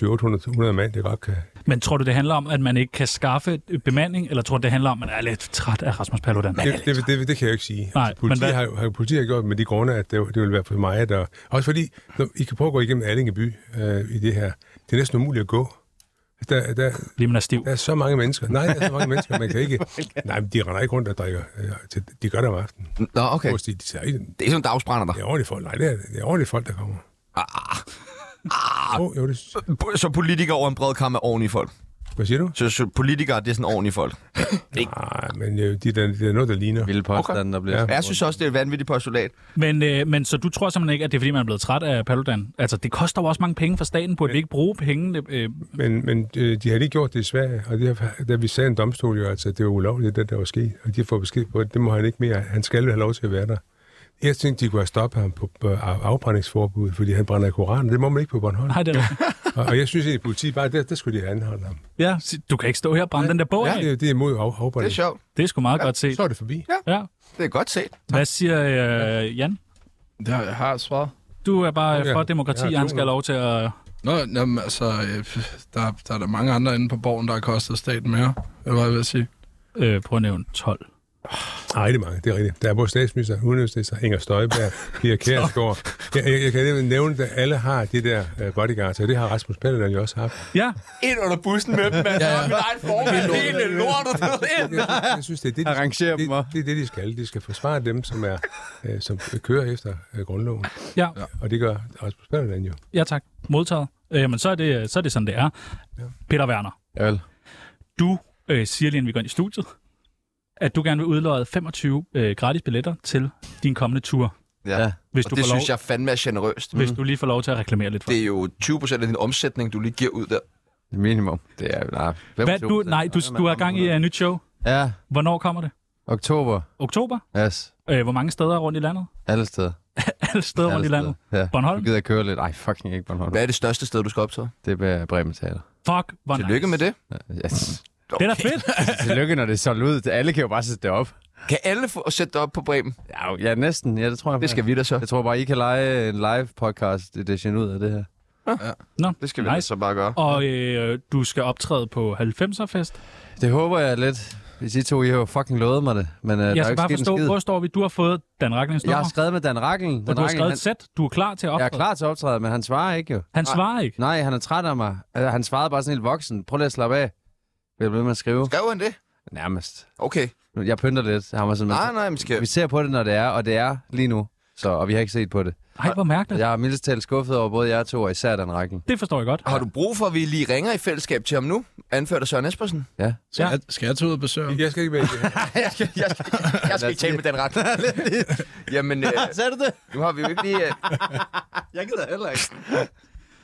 700-800 mand, der godt kan... Men tror du, det handler om, at man ikke kan skaffe bemanding, eller tror du, det handler om, at man er lidt træt af Rasmus Paludan? Det, det, det, det kan jeg jo ikke sige. Altså, Nej, men politiet, hvad- har, jo- har, politiet har gjort med de grunde, at det, det vil være for mig. Der, også fordi, når, I kan prøve at gå igennem Allingeby øh, i det her. Det er næsten umuligt at gå. Altså, Der, der, Lige man er stiv. Der er så mange mennesker. Nej, der er så mange mennesker, man kan ikke... Nej, men de render ikke rundt og drikker. øh, til- De gør det om aftenen. Nå, okay. Okay. De, de tager ikke... Det er sådan en dagsbrænder, der. Det er ordentligt folk. Nej, det er, det er ordentligt folk, der kommer. Ah. Oh, jo, det synes jeg. Så politikere over en bred kamp er ordentlige folk. Hvad siger du? Så, så politikere, det er sådan ordentlige folk. Nej, men øh, det er, da- det er noget, der ligner. Vilde påstanden, der bliver... Ja. Jeg synes også, det er et vanvittigt postulat. Men, øh, men så du tror simpelthen ikke, at det er, fordi man er blevet træt af Paludan? Altså, det koster jo også mange penge for staten på, at vi ikke bruger pengene. Øh, Men, men øh, de har lige gjort det i Sverige, og det har, da vi sagde en domstol jo, altså, at det var ulovligt, det der var sket, og de har fået besked på, at det må han ikke mere. Han skal have lov til at være der. Jeg tænkte, de kunne have stoppet ham på, på afbrændingsforbuddet, fordi han brænder i Koranen. Det må man ikke på Bornholm. nej, det er, (laughs) Og, og jeg synes egentlig, at politiet bare, der, der skulle de have anholdt ham. ja, sig- du kan ikke stå her og brænde den der bog Ja, af. det, er- det er imod af, Det er afbrænding. sjovt. Det er sgu meget godt set. Så er det forbi. Ja. Det er godt set. Hvad siger øh, Jan? Det har, har jeg svaret. Du er bare øh, Ja, for demokrati, jeg og har han skal have lov til at... Nå, jamen, altså, øh, pff, der, der er der mange andre inde på borgen, der har kostet staten mere. Eller hvad jeg vil sige. Øh, prøv at nævne 12. Nej, det er mange, det er rigtigt. Der er både statsminister, udenrigsminister, Inger Støjberg, Pia Kjærsgaard. Jeg, jeg, jeg kan nævne- nævne, at alle har de der øh, bodyguards, og det har Rasmus Paludan jo også haft. Ja, Ind under bussen med dem, mand. Ja, ja. Min egen formand. Hele lortet. Jeg, jeg, jeg synes, det er det, de, Arrangere det, dem og- det, det, er det, de skal. De skal forsvare dem, som, er, øh, som kører efter øh, grundloven. ja, Og det gør Rasmus Paludan jo. ja tak. Modtaget. Øh, jamen, så er, det, så er det sådan, det er. Peter Werner, Øl. du øh, siger lige, inden vi går ind i studiet, at du gerne vil udløje 25 øh, gratis billetter til din kommende tur. Ja. Ja. Hvis Og du det får lov, synes jeg fandme er generøst. Hvis Mm. du lige får lov til at reklamere lidt for. Det Det, er jo 20% af din omsætning, du lige giver ud der. Minimum. Det er jo... Nej, Hvad, du, nej, du, du har gang i øh, et nyt show. Ja, Hvornår kommer det? oktober. Oktober? Yes. Øh, hvor mange steder rundt i landet? (laughs) Alle steder. Alle steder rundt Alle i landet. steder. Ja. Bornholm? Du gider køre lidt. Ej, fucking ikke Bornholm. Hvad er det største sted, du skal optage? Det er Bremen Teater. Fuck, hvor nice. (laughs) Tillykke med det. Yes. Okay. Det er da (laughs) fedt. Tillykke, når det er solgt ud. Alle kan jo bare sætte det op. Kan alle få at sætte det op på Bremen? Ja, jo, ja næsten. Ja, det tror jeg. Det skal vi da så. Jeg tror bare, I kan lege en live podcast edition ud af det her. Nå, Det skal vi nice. nice. så bare gøre. Og øh, du skal optræde på 90'er-fest. Det håber jeg lidt. Hvis I to, I har jo fucking lovet mig det. Men uh, der er Jeg jo skal ikke bare sket en forstå, skid. hvor står vi? Du har fået Dan Raklins Jeg nummer, har skrevet med Dan Rackel. og Dan du har Rackel, skrevet han, et sæt. Du er klar til at jeg er optræde. klar til optræde, men han svarer ikke jo. Han svarer ikke. Nej, han er træt af mig. Altså, han svarede bare sådan helt voksen. Prøv lige at slappe af. Vil jeg blive med at skrive? Skrev han det? Nærmest. Okay. Jeg pynter lidt. Han var sådan, Nej, nej, men vi skal... ser på det, når det er, og det er lige nu. Så, og vi har ikke set på det. (laughs) Ej, hvor mærkeligt. Jeg er mildest talt skuffet over både jer to og især Dan Rackel. Det forstår jeg godt. Har du brug for, at vi lige ringer i fællesskab til ham nu? Anført af Søren Espersen. Ja. Skal, Ja. jeg, skal jeg tage ud og besøge ham? Jeg skal ikke være i det her. (laughs) jeg, skal, jeg, skal, jeg skal ikke tale med den ret. (laughs) Jamen, øh, Sagde du det? nu har vi jo ikke lige... (laughs) Øh, Jeg gider heller (laughs) ikke.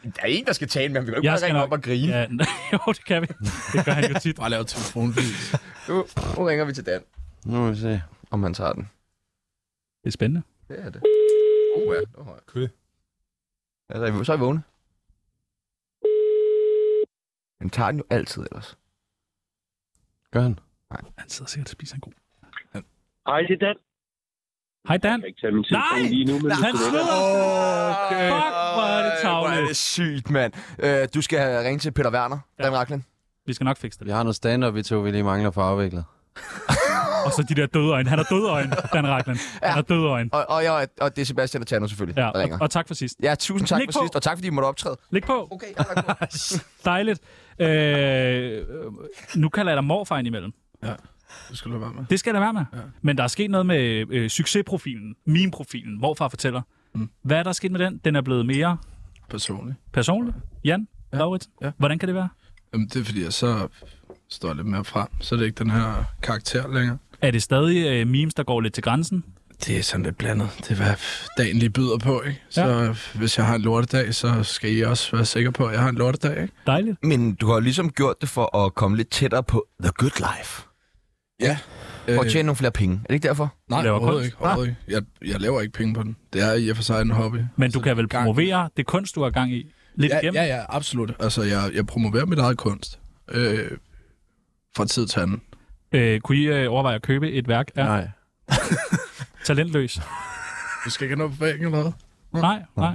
der er en, der skal tale med ham. Vi kan jo ikke Jeg bare skal ringe nok- op og grine. Ja, (laughs) jo, det kan vi. Det gør han jo tit. Bare lave telefonvis. Nu, nu ringer vi til Dan, Nu må vi se. om han tager den. Det er spændende. Det er det. Uh, ja, det var højt. Cool. Ja, så er vi- så er vi vågne. Han tager den jo altid ellers. Gør han. Han sidder sikkert og spiser en god. Hej, det er Dan. Hej, Dan. Jeg kan ikke tage min telefon Nej! lige nu, men Han snyder. Okay. Fuck, hvor er det tarveligt. Hvor er det sygt, mand. Øh, du skal ringe til Peter Werner, ja. Ja. Dan Racklin. Vi skal nok fikse det. Vi har noget stand-up, vi to, vi lige mangler for afviklet. Og så de der døde øjne. Han har døde øjne, Dan Racklin. Han har døde øjne. Og, og, jeg, og det er Sebastian og Tjerno selvfølgelig, Ja, ja. der ringer. og, og tak for sidst. Ja, tusind tak Læg for på. sidst, og tak fordi I måtte optræde. Læg på. Okay, jeg er på. (laughs) Dejligt. Øh, øh, nu kalder jeg dig morfar imellem. Det skulle du være med. Det skal der være med. Ja. Men der er sket noget med øh, succesprofilen, min profilen, morfar fortæller. Mm. Hvad er der sket med den? Den er blevet mere Personligt. personlig. Jan, ja. Lauritsen, ja. Ja. hvordan kan det være? Jamen, det er fordi, jeg så står lidt mere frem. Så er det ikke den her karakter længere. Er det stadig øh, memes, der går lidt til grænsen? Det er sådan lidt blandet. Det er, hvad dagen lige byder på, ikke? Så ja. hvis jeg har en lortedag, så skal I også være sikre på, at jeg har en lortedag, ikke? Dejligt. Men du har jo ligesom gjort det for at komme lidt tættere på The Good Life. Ja. Og tjene nogle flere penge. Er det ikke derfor? nej, laver overhovedet kunst. ikke, overhovedet ikke. Jeg, jeg laver ikke penge på den. Det er i og for sig en hobby. Men du kan vel gang. promovere det kunst, du har gang i lidt Ja, igennem? ja, ja, absolut. Altså, jeg, jeg promoverer mit eget kunst. Øh, fra tid til anden. Øh, kunne I øh, overveje at købe et værk af Nej. Talentløs? Du skal ikke nå på væggen eller hvad? Nej, nej,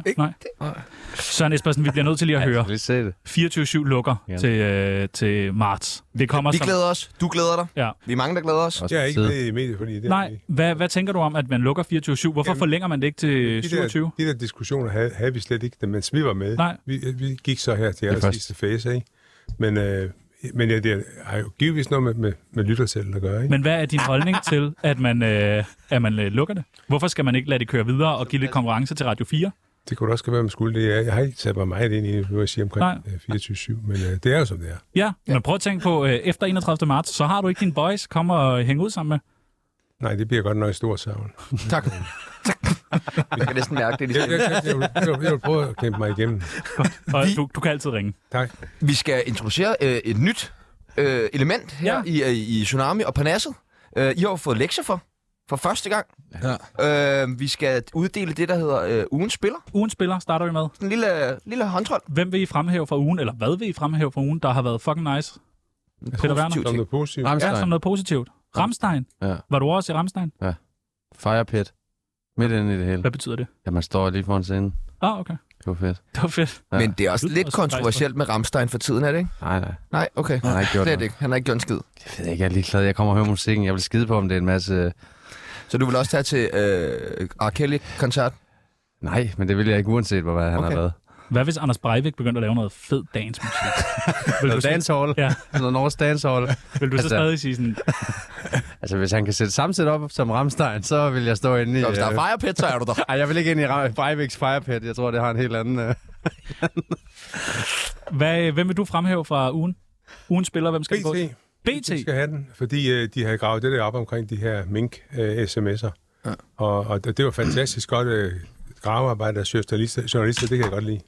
nej. Søren Espersen, vi bliver nødt til lige at høre. Skal vi se 24-7 det? lukker Ja. til, øh, til marts. Det kommer Vi som... glæder os. Du glæder dig. Ja. Vi er mange, der glæder os. Også Jeg er på ikke tide. med i mediet, fordi det er Nej, hvad, hvad tænker du om, at man lukker 24-7? Hvorfor Jamen, Jamen, forlænger man det ikke til de der, 27? de der diskussioner havde, havde vi slet ikke, mens vi var med. Nej. Vi, vi gik så her til jeres først. sidste fase, ikke? Men, øh, men ja, det har jo givetvis noget med, med, med lytter selv at gøre, ikke? Men hvad er din holdning til, at man, øh, at man øh, lukker det? Hvorfor skal man ikke lade det køre videre og give lidt konkurrence til Radio 4? Det kunne da også godt være, man skulle. Det er, jeg har ikke sat mig meget ind i, hvad jeg siger omkring Nej. øh, 24-7, men øh, det er jo, som det er. Ja, men prøv at tænke på, øh, efter 31. marts, så har du ikke din boys. Kom og hænge ud sammen med. Nej, det bliver godt nok en stor savn. Tak. Jeg kan næsten mærke det. Jeg, jeg, jeg, jeg, vil- jeg, vil- jeg vil prøve at kæmpe mig igennem. Og Vi- du, du kan altid ringe. Tak. Vi skal introducere øh, et nyt øh, element her ja. i, øh, i, i Tsunami og Parnasset. Øh, I har jo fået lektier for. For første gang. Ja. Øh, vi skal uddele det, der hedder øh, ugens spiller. Ugen spiller starter vi med. Sådan en lille, lille håndtrol. Hvem vil I fremhæve fra ugen, eller hvad vil I fremhæve fra ugen, der har været fucking nice? Peter Werner. Positiv Som ting. noget positivt. Ja, som Rammstein. noget positivt. Ramstein. Ja. Var du også i Ramstein? Firepit. Midt inde i det hele. Hvad betyder det? Ja, man står lige foran scenen. Ah, okay. Det var fedt. Det var fedt. Ja. Men det er også Lyder lidt også begejstret. kontroversielt med Ramstein for tiden, er det ikke? Nej, nej. Nej, okay. Han har ikke gjort Slet noget. ikke. Han har ikke gjort en skid. Jeg ved ikke, jeg er ligeglad. Jeg kommer og hører musikken. Jeg vil skide på, om det er en masse... Så du vil også tage til øh, R. Kelly-koncert? Nej, men det vil jeg ikke, uanset hvad han Okay. har lavet. Hvad hvis Anders Breivik begyndte at lave noget fed dancemusik? vil, du Noget så, dancehall. Ja. Noget norsk dancehall. vil du så Altså- stadig sige sådan, Altså, hvis han kan sætte samme sæt op som Ramstein, så vil jeg stå inde i... øh, Ja, hvis der er firepit, så er du (laughs) der. Ej, jeg vil ikke ind i Ra- Breiviks Firepit. Jeg tror, det har en helt anden... Øh... hvad, hvem vil du fremhæve fra ugen? Ugen spiller, hvem skal det gå? BT. BT. De skal have den, fordi øh, de har gravet det der op omkring de her mink-sms'er. ja. og, og det var fantastisk godt øh, gravearbejde af journalister, journalister, det kan jeg godt lide.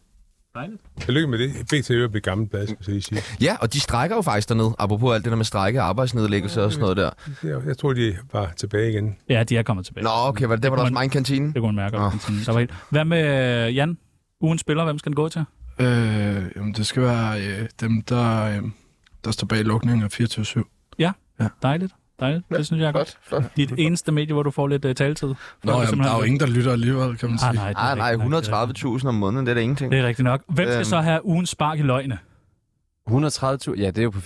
Dejligt. Tillykke med det. BT er blevet gammel blad, skal jeg så lige sige. Ja, og de strækker jo faktisk dernede, apropos alt det der med strække, arbejdsnedlæggelse og sådan noget der. Jeg, jeg tror, de var tilbage igen. Ja, de er kommet tilbage. Nå, okay, var det der, var der også man- mange kantine? Det kunne man mærke. Nå. Oh. Der var helt... Hvad med øh, Jan? Ugen spiller, hvem skal den gå til? Øh, jamen, det skal være øh, dem, der øh, der står bag lukningen af 24-7. Dejligt. Dejligt. Det synes jeg er godt. Flot, flot. Dit eneste medie, hvor du får lidt uh, taletid. Nå, jamen, der er jo ingen, der lytter alligevel, kan man Ah, sige. nej, det er Nej, nej, rigtigt nok. 130.000 om måneden, det er da ingenting. Det er rigtigt nok. Hvem skal Øhm. så have ugen spark i løgne? 130.000? Ja, det er jo på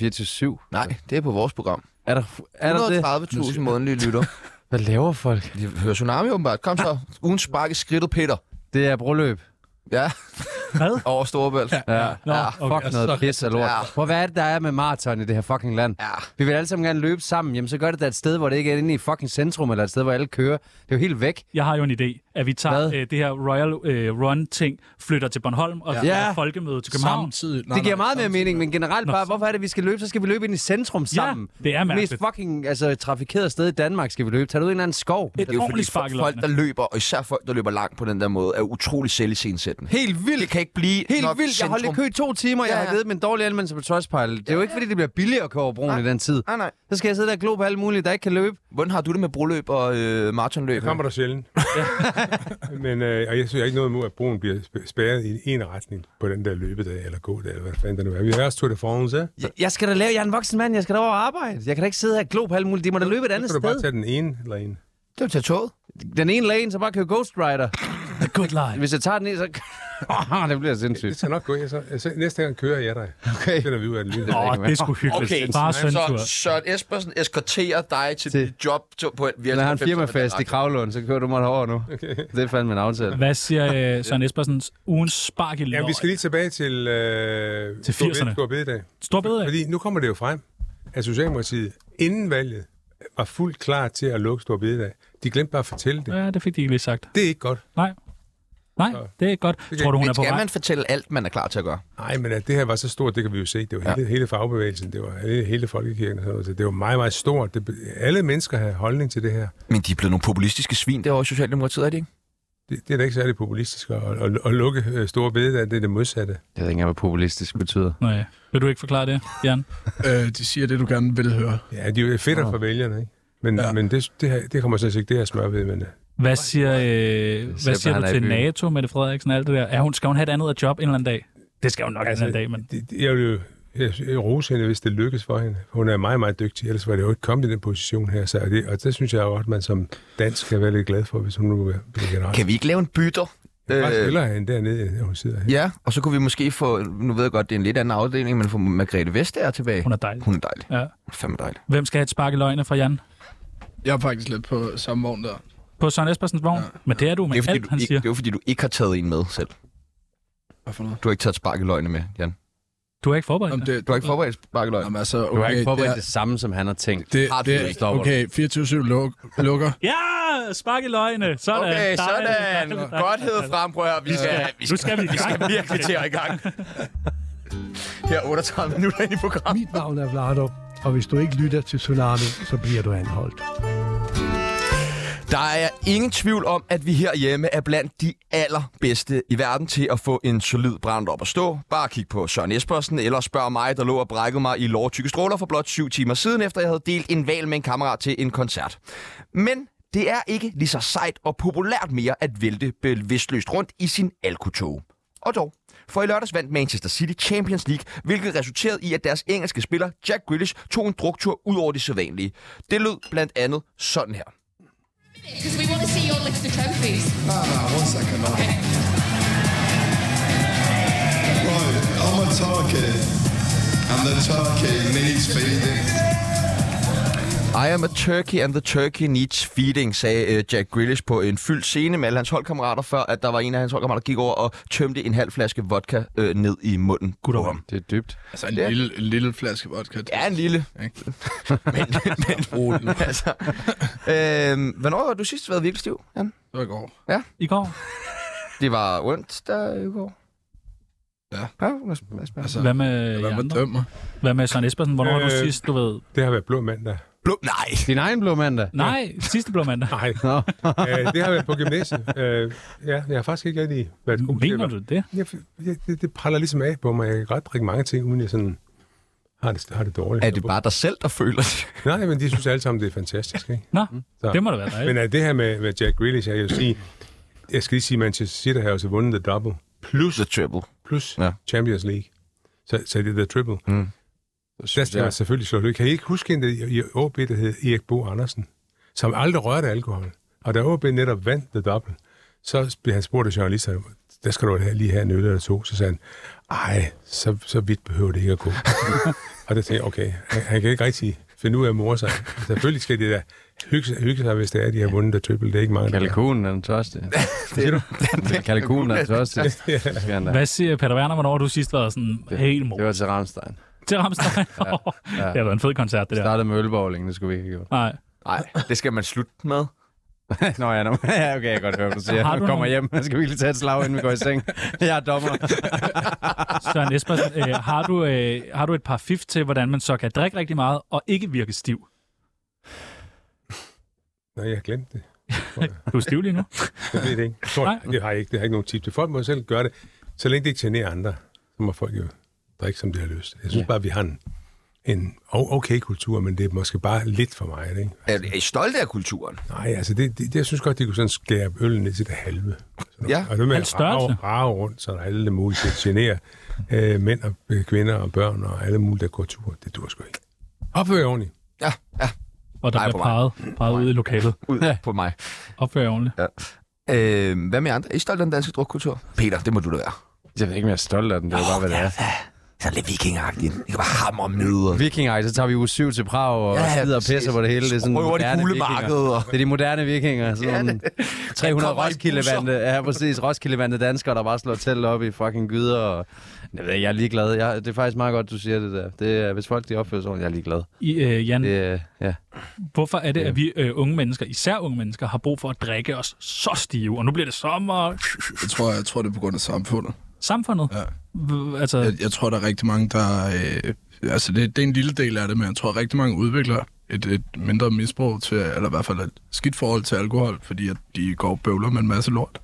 24-7. Nej, det er på vores program. Er der, er der det? 130.000 månedlige lytter. Hvad laver folk? De hører Tsunami åbenbart. Kom så. Ugen spark i skridtet, Peter. Det er broløb. Ja, Hvad? over Storebælt. Ja. Ja. Nå, Ja, Okay, Fuck noget pis og lort. Ja. Hvor hvad er det, der er med maraton i det her fucking land? Ja. Vi vil alle sammen gerne løbe sammen. Jamen, så gør det da et sted, hvor det ikke er inde i fucking centrum, eller et sted, hvor alle kører. Det er jo helt væk. Jeg har jo en idé, at vi tager Hvad? øh, det her Royal øh, Run-ting, flytter til Bornholm og Ja. ja. folkemøde til København. Samtidig. Nej, Det giver nej, meget mere samtidig. mening, men generelt bare, hvorfor er det, vi skal løbe? Så skal vi løbe ind i centrum sammen. det er mærkeligt. mest fucking altså, trafikeret sted i Danmark skal vi løbe. Tag du en eller anden skov? Et Det er jo fordi ordentligt spark i fo- folk, løgne. der løber, og især folk, der løber langt på den der måde, er utrolig selvisensættende. Helt vildt. Det kan ikke blive Helt nok vildt. Jeg holdt i centrum. kø i to timer, ja, Ja, jeg ja. har givet min dårlige anmeldelse på Trustpilot. Det er jo ikke, fordi det bliver billigere at køre over broen i den tid. Ah, Nej, nej. Så skal jeg sidde der og glo på alle mulige, der ikke kan løbe. Hvordan har du det med broløb og øh, maratonløb? Det kommer der sjældent. (laughs) Men øh, og jeg synes jeg har ikke noget imod, at broen bliver sp- spærret i en retning på den der løbedag, eller gådag, eller hvad fanden det nu er. Vi har også Tour de France, ikke? Jeg, jeg skal da lave, jeg er en voksen mand, jeg skal da over og arbejde. Jeg kan da ikke sidde her og glo på alle mulige, de må da løbe et Så andet kan du bare sted. tage den ene eller en. Det er jo til toget. Den ene lane, så bare køre Ghost Rider. The good life. Hvis jeg tager den ene, så... Åh, (laughs) det bliver Det sindssygt. skal nok gå. Jeg så, altså, næste gang kører jeg dig. Okay. Så finder vi ud af det lige. Åh, det er sgu hyggeligt. Okay, Bare søntur. så Søren Espersen eskorterer dig til Til- dit job to, på en virkelig... Når jeg har en firmafest i Kravlund, så kører du mig over nu. Det er fandme en aftale. Hvad siger øh, Søren Espersens ugens spark i løgne? Jamen, vi skal lige tilbage til... Øh, Til 80'erne. Stor bededag. Stor bedre. Fordi nu kommer det jo frem, at Socialdemokratiet inden valget var fuldt klar til at lukke Stor bededag. De glemte bare at fortælle det. Ja, det fik de ikke lige sagt. Det er ikke godt. Nej. Nej, det er godt. Tror du, hun er Men på skal vej? man fortælle alt, man er klar til at gøre? Nej, men at det her var så stort, det kan vi jo se. Det var hele, hele fagbevægelsen, det var hele, hele folkekirken. og sådan noget. Så Det var meget, meget stort. Det, alle mennesker havde holdning til det her. Men de er blevet nogle populistiske svin derovre i Socialdemokratiet, er de ikke? Det, det er da ikke særlig populistisk at, at, at lukke øh, store bededag. Det er det modsatte. Jeg ved ikke engang, hvad populistisk betyder. Nej. Vil du ikke forklare det, Jan? Øh, de siger det, du gerne vil høre. Ja, de er jo fedtere for vælgerne, ikke? Men, ja. men det, det, her, det kommer sådan set ikke det her smørved, men øh, Hvad siger, øh, hvad siger han du er i til byen. NATO, Mette Frederiksen og alt det der? Er hun, skal hun have et andet job en eller anden dag? Det skal hun nok altså, en eller anden dag, men... det, det- jeg vil jo jeg- jeg rose hende, hvis det lykkes for hende. Hun er meget, meget dygtig, ellers var det jo ikke kommet i den position her. Så er det, og det synes jeg godt, man som dansk kan være lidt glad for, hvis hun nu bliver bliver generelt. Kan vi ikke lave en bytter? Jeg kan faktisk hellere have hende dernede, end hun sidder her. ja, og så kunne vi måske få, nu ved jeg godt, det er en lidt anden afdeling, men få Margrethe Vestager tilbage. Hun er dejlig. Hun er dejlig. Ja. Hun er fandme dejlig. Hvem skal have et spark i løgne fra Jan? Jeg er faktisk lidt på samme vogn der. På Søren Espersens vogn? Ja. Men det er du med Det er, fordi alt, du, han ikke, siger. det er jo fordi, du ikke har taget en med selv. Hvad for noget? Du har ikke taget sparkeløgne med, Jan. Du er ikke forberedt. Jamen, det, Du har ikke forberedt sparkeløgne. Jamen, altså, okay, Du har ikke forberedt det. det samme, som han har tænkt. Det, Har du det, ikke? det okay, 24-7 luk, lukker. Ja, spark i løgne. Sådan. Okay, Dejligt, sådan. dejligt, dejligt. Godhed frem, prøv at høre. Vi skal, vi skal, Nu skal vi i vi gang. skal virkelig til at i gang. Her er 38 minutter ind i programmet. Mit navn er Vlado, og hvis du ikke lytter til Tsunami, så bliver du anholdt. Der er ingen tvivl om, at vi herhjemme er blandt de allerbedste i verden til at få en solid brand op at stå. Bare kig på Søren Espersen, eller spørg mig, der lå og brækkede mig i lårtykke stråler for blot syv timer siden, efter jeg havde delt en val med en kammerat til en koncert. Men det er ikke lige så sejt og populært mere at vælte bevidstløst rundt i sin alkotog. Og dog, for i lørdags vandt Manchester City Champions League, hvilket resulterede i, at deres engelske spiller Jack Grealish tog en druktur ud over det sædvanlige. Det lød blandt andet sådan her. Because we want to see your list of trophies. Right, I'm a turkey, and the turkey needs feeding. I am a turkey, and the turkey needs feeding, sagde øh, Jack Grealish på en fyldt scene med alle hans holdkammerater, før at der var en af hans holdkammerater, der gik over og tømte en halv flaske vodka øh, ned i munden på ham. Det er dybt. Altså, en, Ja. lille, en lille flaske vodka. Ja, en (laughs) lille. Ikke? (laughs) men altså, øh, hvornår har du sidst været virkelig stiv, Jan? Det var i går. I går. Det var onsdag i går. Ja. ja lad os, lad os bare- Altså, Hvad med, hvad Jan? man dømmer. Hvad med Søren Espersen? Hvornår øh... du Øh. sidst, du ved... Det har været blå mandag. Blå, nej. Din egen blå mandag. Nej, sidste blå mandag. (laughs) Nej, øh, det har været på gymnasiet. Øh, ja, jeg har faktisk ikke rigtig været god til Mener at- du det? Jeg, jeg, det, det praller ligesom af på mig. Jeg kan godt drikke mange ting, uden jeg sådan har det, har det dårligt. Er det bare dig selv, der føler det? Nej, men de synes alle sammen, det er fantastisk. Ikke? Nå, Så. Mm, det må da være dig. Men øh, er det her med, med Jack Grealish, jeg kan jo sige, jeg skal lige sige, Manchester City har også vundet The Double (laughs) Plus the triple. plus Ja. ja. Champions League. Så, så det er The Triple. Mm. Der skal man selvfølgelig slå løb. Kan I ikke huske en der i i OB, der hed Erik Bo Andersen, som aldrig rørte alkohol? Og da OB netop vandt The Double, så blev han spurgt af journalisterne, der skal du lige have en øl eller to. Så sagde han, ej, så, så vidt behøver det ikke (laughs) at gå. og der tænkte jeg, okay, han, han kan ikke rigtig finde ud af at more sig. Selvfølgelig skal de da hygge, sig- hygge sig, hvis det er, de har vundet The Triple. Det er ikke mange. der gør. Kalkunen er den (laughs) tørste. (laughs) Kalkunen er altså den tørste. Det skal han da. Hvad siger Peter Werner, hvornår har du sidst været sådan helt mor? Det var til Ramstein. Til Ramstein? ja, ja. Det har været en fed koncert, det Det der. startede med ølbowling, det skulle vi ikke have gjort. Nej. Nej, det skal man slutte med. (laughs) Nå ja, nå, (laughs) ja, okay, jeg kan godt høre, hvad du siger. Har Når du vi kommer nogen- hjem, skal vi lige tage et slag, inden vi går i (laughs) seng. Jeg er dommer. Søren Espersen, øh, har, du, øh, har du et par fif til, hvordan man så kan drikke rigtig meget og ikke virke stiv? Nej, jeg har glemt det. Du er stiv lige nu. Jeg ved det ikke. Jeg tror, Nej. det har jeg ikke. Det har jeg ikke nogen tips til. Folk må selv gøre det. Så længe det ikke generer andre, så må folk jo drikke, som de har lyst. Jeg synes bare, vi har en, en o- okay kultur, men det er måske bare lidt for meget. Ikke? Er, er I stolte af kulturen? Nej, altså det, det, det, jeg synes godt, de kunne sådan skære øllen ned til det halve. Sådan Ja, og det med hans at rage, størrelse. rage rundt, så der er alle mulige til at genere øh, mænd og øh, kvinder og børn og alle mulige, der går tur. Det dur sgu ikke. Opfør jer ordentligt. Ja, ja. Og der Nej, bliver hvor peget, peget ude i lokalet. Ud på mig. Opfør jer ordentligt. Øh, hvad med andre? Er I stolte af den danske drukkultur? Peter, det må du da være. Jeg ved ikke, om jeg er stolt af den. Det er jo bare, hvad det er. Så lidt vikingagtigt. Det kan bare hamre møder. Vikinger, så tager vi uge 7 til Prag og Ja, ja, ja, skider og præcis. pisser på det hele. Det er sådan Røver de moderne fuglemarked vikinger. og- Det er de moderne vikinger. Sådan (laughs) nogle 300 Kommer i Roskilde-vante, ja, præcis, Roskilde-vante danskere, der bare slår telt op i fucking gyder. Og... Jeg, ved, ikke, jeg er ligeglad. Jeg, det er faktisk meget godt, du siger det der. Det, er- hvis folk de opfører sig ordentligt, jeg er ligeglad. I, øh, Jan, Det, er- ja. Hvorfor er det, at vi øh, unge mennesker, især unge mennesker, har brug for at drikke os så stive? Og nu bliver det sommer. Jeg tror, jeg tror, det er på grund af samfundet. Samfundet? Ja. V- altså, Jeg, jeg tror, der er rigtig mange, der... Øh, altså, det, det er en lille del af det, men jeg tror, rigtig mange udvikler et, et mindre misbrug til, eller i hvert fald et skidt forhold til alkohol, fordi at de går og bøvler med en masse lort.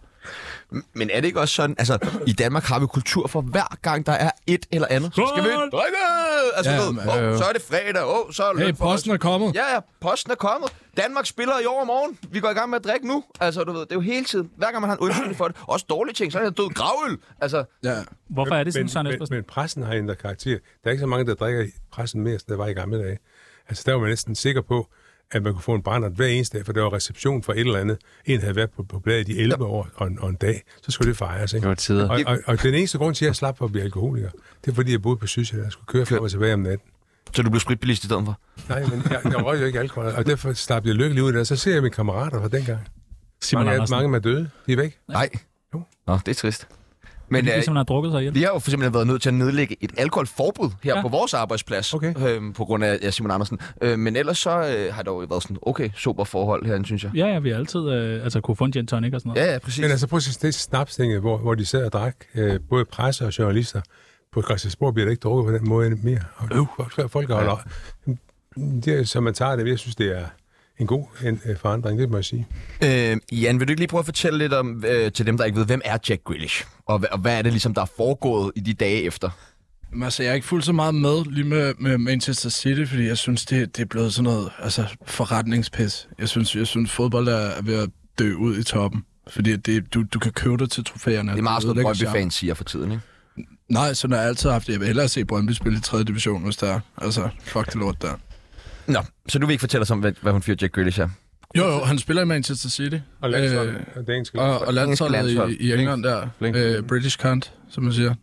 Men er det ikke også sådan, altså i Danmark har vi kultur for hver gang der er et eller andet. Så skal vi Skål! drikke! Altså, Ja, ja, ved, men- oh, så er det fredag, oh, så er det Hey, løn for posten er kommet. Ja, ja, posten er kommet. Danmark spiller i overmorgen. Vi går i gang med at drikke nu. Altså, du ved, det er jo hele tiden. Hver gang man har en undskyldning for det. Også dårlige ting. Så er det død gravøl. Altså, Ja, hvorfor er det sådan, Søren men, Espersen? men pressen har ændret karakter. Der er ikke så mange, der drikker i pressen mere, som der var i gamle dage. Altså, der var man næsten sikker på, at man kunne få en brændert hver eneste dag, for der var reception for et eller andet. En havde været på, på bladet i 11 år og en, og en dag, så skulle det fejres. Ikke? Det var tider. Og, og, og, den eneste grund til, at jeg slap for at blive alkoholiker, det er, fordi jeg boede på Sydsjælland og skulle køre frem og tilbage om natten. så du blev spritbilist i stedet for? Nej, men jeg, jeg røg jo ikke alkohol, og derfor slap jeg lykkelig ud af det. Så ser jeg mine kammerater fra dengang. Simon Mange, af- Andersen. mange er døde. De er væk. Nej. Jo. Nå, det er trist. Men Det er øh, ligesom, han har drukket sig ihjel. vi har jo for simpelthen været nødt til at nedlægge et alkoholforbud her Ja. ja. på vores arbejdsplads, Okay. øhm, på grund af ja, Simon Andersen. Øh, men ellers så øh, har der jo været sådan, okay, super forhold herinde, synes jeg. Ja, ja, vi har altid øh, altså, kunne få en gin tonic og sådan noget. Ja, ja, præcis. Men altså prøv at se det snapstinget, hvor, hvor de sad og drak, øh, både presse og journalister. På Christiansborg bliver det ikke drukket på den måde mere. Og øh. folk, folk holder op. Det er, som man tager det ved, jeg synes, det er en god en, øh, forandring, det må jeg sige. Øh, Jan, vil du ikke lige prøve at fortælle lidt om, øh, til dem, der ikke ved, hvem er Jack Grealish? Og, hva- og hvad er det ligesom, der er foregået i de dage efter? Men altså, jeg er ikke fuldt så meget med lige med, med Manchester City, fordi jeg synes, det, det er blevet sådan noget altså, forretningspis. Jeg synes, jeg synes fodbold er er ved at dø ud i toppen. Fordi at det, du, du kan købe dig til trofæerne. Det er meget Du sådan ødelægger noget, charmen. Brøndby-fans siger for tiden, ikke? Nej, sådan har jeg altid haft det. Jeg vil hellere se Brøndby spille i 3. division, hvis der. Altså, fuck det lort der. Nå, så du vil ikke fortælle os om, hvad, hvad hun fyrer Jack Grealish er? Jo, jo, han spiller i Manchester City. Og landsholdet, øh, det engelske og, og landsholdet i, i England der. Flink. Øh, British cunt, som man siger.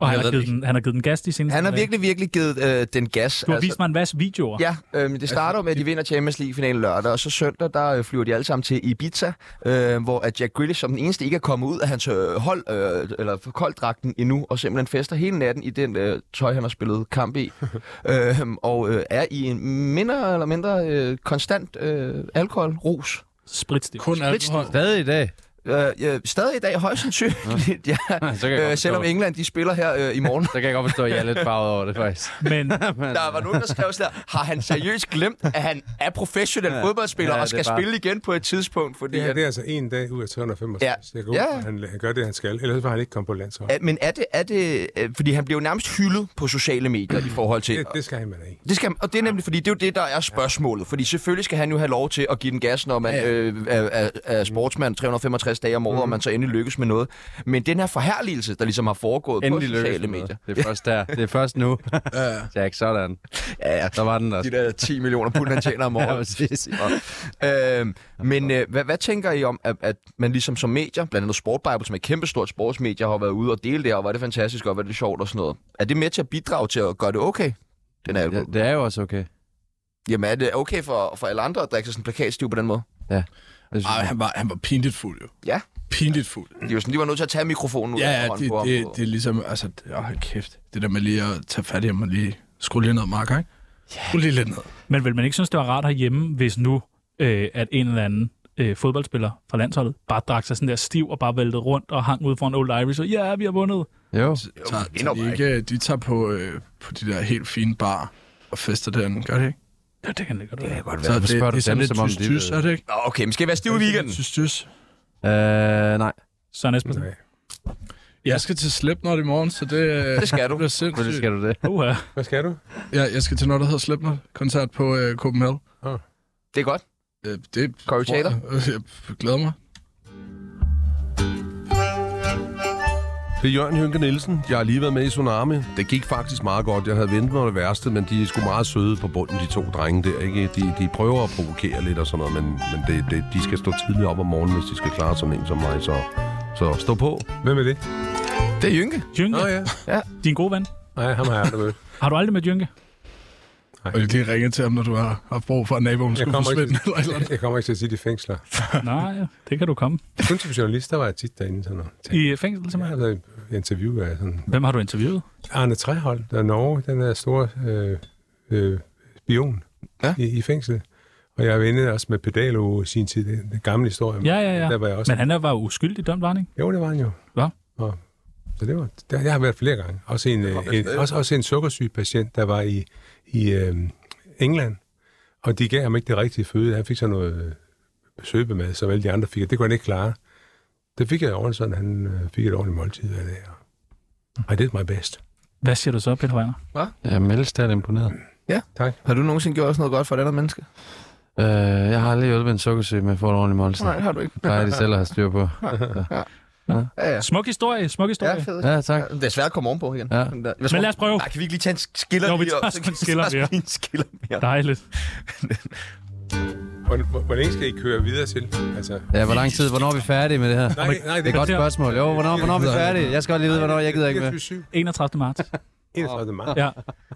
Og han Jeg har, ved givet det den, han har givet den gas de seneste Han har dage. virkelig, virkelig givet øh, den gas. Du har vist mig en masse videoer. Ja, øh, men det starter jo med, at de vinder Champions League-finalen lørdag, og så søndag, der øh, flyver de alle sammen til Ibiza, øh, hvor at Jack Grealish som den eneste ikke er kommet ud af hans øh, hold, øh, eller kolddragten endnu, og simpelthen fester hele natten i den øh, tøj, han har spillet kamp (laughs) i, øh, og øh, er i en mindre eller mindre øh, konstant øh, alkoholrus. Spritstiv. Kun alkohol. Stadig i dag. Øh, øh, stadig i dag højst sandsynligt, (laughs) ja. Så kan jeg Øh, godt selvom forstå, England de spiller her øh, i morgen. så kan jeg godt forstå, at jeg er lidt farvet over det, faktisk. (laughs) Men Der var nogen, der skrev sådan her, har han seriøst glemt, at han er professionel ja. fodboldspiller Ja, ja, og det er skal bare- bare... spille igen på et tidspunkt? Fordi Det, her, at- det er altså en dag ud af 365. Ja. Jeg går ud, Ja. ja. han, han gør det, han skal. Ellers var han ikke kommet på landsholdet. Er, men er det, er det, øh, fordi han bliver jo nærmest hyldet på sociale medier i forhold (laughs) til... Det, det skal han man ikke. Det skal, han- og det er nemlig, fordi det er jo det, der er spørgsmålet. Fordi selvfølgelig skal han jo have lov til at give den gas, når man øh, er, er, er sportsmand 365 dage om året, mm. og man så endelig lykkes med noget. Men den her forherligelse, der ligesom har foregået Endelig på sociale lykkes medier. medier. Det er først der. Det er først nu. Ja, ja. Jack, sådan. Ja, ja. Der var den der. De der 10 millioner pund, han tjener om Ja, året. præcis. Øh, men øh, hvad, hvad tænker I om, at, at man ligesom som medier, blandt andet Sport Bible, som er et kæmpestort sportsmedie, har været ude og dele det, og var det fantastisk, og var det sjovt og sådan noget. Er det med til at bidrage til at gøre det okay, den her Ja, alkohol? Ja. det er jo også okay. Jamen er det okay for, for alle andre at drikke sig sådan en plakatstiv på den måde? Jeg synes, Ej, han var, han var pinligt fuld, jo. Ja. Pinligt fuld. De var sådan, de var nødt til at tage mikrofonen ud Ja, af ja, hånden det, på ham. det, det er ligesom, altså, det- åh, hold kæft. Det der med lige at tage fat i ham og lige skrue lige ned, Mark, ikke? Yeah. Skrue lige lidt ned. Men vil man ikke synes, det var rart herhjemme, hvis nu, øh, at en eller anden øh, fodboldspiller fra landsholdet bare drak sig sådan der stiv og bare væltede rundt og hang ud foran Old Irish, og ja, vi har vundet. Jo. Tager, tager endnu de, ikke, de tager på, øh, på de der helt fine bar og fester derinde, gør det ikke? Ja, det kan det godt være. Så det, Hvorfor spørger det, du er sådan dem, lidt som om de tys-tys, ved? er det ikke? Nå, okay, men skal vi være stive i weekenden? Tys-tys. Øh, nej. Søren Esbensen. Nej. Jeg skal til Slipknot i morgen, så det, øh, Det skal du. det bliver Selvfølgelig sindssygt. skal du det. Mm. Uha. Hvad skal du? Ja, jeg skal til noget, der hedder Slipknot-koncert på øh, Copenhagen. Det er godt. Øh, det Corey tror Taylor? Jeg, (laughs) jeg glæder mig. Det er Jørgen Hynke Nielsen. Jeg har lige været med i Tsunami. Det gik faktisk meget godt. Jeg havde ventet mig det værste, men de er sgu meget søde på bunden, de to drenge der. Ikke? De, de prøver at provokere lidt og sådan noget, men, men det, det, de skal stå tidligt op om morgenen, hvis de skal klare sådan en som mig. Så, så stå på. Hvem er det? Det er Jynke. Jynke, Nå ja. din gode ven. Nej, ham har jeg aldrig mødt. Har du aldrig (laughs) mødt Jynke? Og jeg lige ringe til ham, når du har haft brug for, at naboen (laughs) Jeg skulle kommer, forsvinde. ikke Eller, et eller andet. (laughs) til, jeg kommer ikke til at sige, de fængsler. Nej, det kan du komme. Kun som journalist, der var jeg tit derinde. Sådan noget. I øh, fængsel Jeg simpelthen. har været i interview af sådan... Hvem har du interviewet? Arne Trehold, der er Norge, den der store øh, øh, spion Ja. ja. i, i fængsel. Og jeg var inde også med Pedalo i sin tid, den, den gamle historie. Ja, ja, ja. Der var jeg også. Men han er- var jo uskyldig dømt, var han ikke? Jo, det var han jo. Hva? Og, så det var, der, jeg har været flere gange. Også en, øh, en, også, også en sukkersyg patient, der var i, i øh, England, og de gav ham ikke det rigtige føde. Han fik så noget øh, søbemad, som alle de andre fik, og det kunne han ikke klare. Det fik jeg ordentligt sådan, han øh, fik et ordentligt måltid af det. Mm. og- Og det er mig bedst. Hvad siger du så, Peter Weiner? Jeg er mældstat imponeret. Har du nogensinde gjort sådan noget godt for et andet menneske? Øh, jeg har aldrig hjulpet en sukkersyg med at få et ordentligt måltid. Nej, det har du ikke. Det plejer de selv at have styr på. Ja, ja. Smuk historie, smuk historie. Ja, fedt. Ja, tak. Det er svært at komme ovenpå igen. Ja. Men, der, jeg Men lad os prøve. Nej, kan vi ikke lige tage en skiller Jo, vi lige tager op? sgu en (laughs) skiller Så- mere. en skiller mere. Dejligt. Hvor, hvor, hvor længe skal I køre videre til? Altså, Ja, hvor lang tid? Hvornår er vi færdige med det her? nej, nej, Det er et godt spørgsmål. Jo, hvornår, hvornår er vi færdige? Jeg skal godt lige vide, hvornår jeg gider ikke (laughs) med. 31. marts. 31. marts. Ja.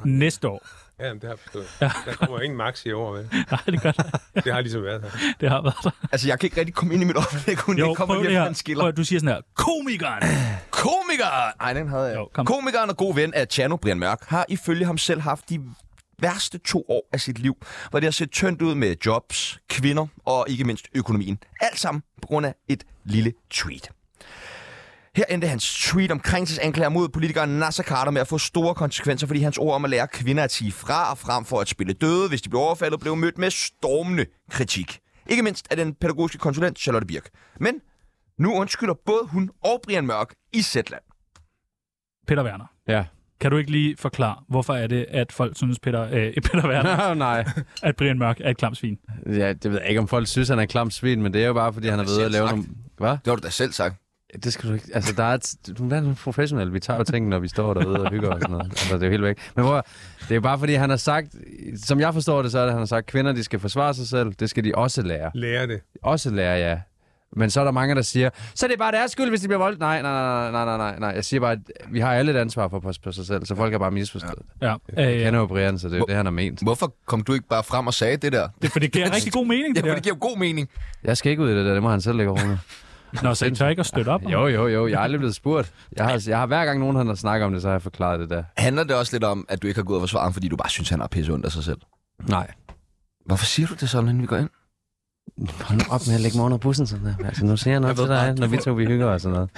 Næste år. Ja, jamen, det har jeg forstået. (laughs) Der kommer ingen max i år, (laughs) vel? Nej, det gør det. Det har ligesom været her. Det har været der. Altså, jeg kan ikke rigtig komme ind i mit oplæg, hun Jo, ikke kommer prøv lige det efter her. en skiller. Prøv, at du siger sådan her. Komikeren! Komikeren! Ej, den havde jeg. Jo, Jo, kom. Komikeren og god ven af Tjano Brian Mørk har ifølge ham selv haft de værste to år af sit liv, hvor det har set tyndt ud med jobs, kvinder og ikke mindst økonomien. Alt sammen på grund af et lille tweet. Her endte hans tweet om krænkelsesanklager mod politikeren Nasser Carter med at få store konsekvenser, fordi hans ord om at lære kvinder at sige fra og frem for at spille døde, hvis de blev overfaldet, blev mødt med stormende kritik. Ikke mindst af den pædagogiske konsulent Charlotte Birk. Men nu undskylder både hun og Brian Mørk i Zetland. Peter Werner. Ja. Kan du ikke lige forklare, hvorfor er det, at folk synes, Peter, øh, (laughs) Peter Werner, Nå, nej. at Brian Mørk er et klamt svin? Ja, det ved jeg ikke, om folk synes, han er en klam svin, men det er jo bare, fordi han har været ude at lave selv nogle... Hvad? Det har du da selv sagt. Det skal du ikke... Altså, der er et... Du er en professionel. Vi tager jo tingene, når vi står derude og hygger og sådan noget. Altså, det er jo helt væk. Men hvor... Det er jo bare, fordi han har sagt... Som jeg forstår det, så er det, at han har sagt, kvinder, de skal forsvare sig selv. Det skal de også lære. Lære det. Også lære, ja. Men så er der mange, der siger, så det er bare deres skyld, hvis de bliver voldt. Nej, nej, nej, nej, nej, nej, nej. Jeg siger bare, at vi har alle et ansvar for at passe på sig selv, så folk er bare misforstået. Ja. Ja. Jeg Øh, kender jo Brian, så det er jo det, han har ment. Hvorfor kom du ikke bare frem og sagde det der? det, for det giver rigtig god mening. Ja, Det for ja, det giver jo god mening. Jeg skal ikke ud i det der, det må han selv lægge over med. Nå, så I tør ikke at støtte op? om Jo, jo, jo, jeg er aldrig blevet spurgt. Jeg har, jeg har hver gang nogen, han har snakket om det, så har jeg forklaret det der. Handler det også lidt om, at du ikke har gået og forsvaret ham, fordi du bare synes, han er pisse ondt af sig selv? Nej. Hvorfor siger du det sådan, inden vi går ind? Hold nu op med at lægge mig under bussen sådan der. Altså, nu ser jeg noget til dig, når vi to vi hygger og sådan noget.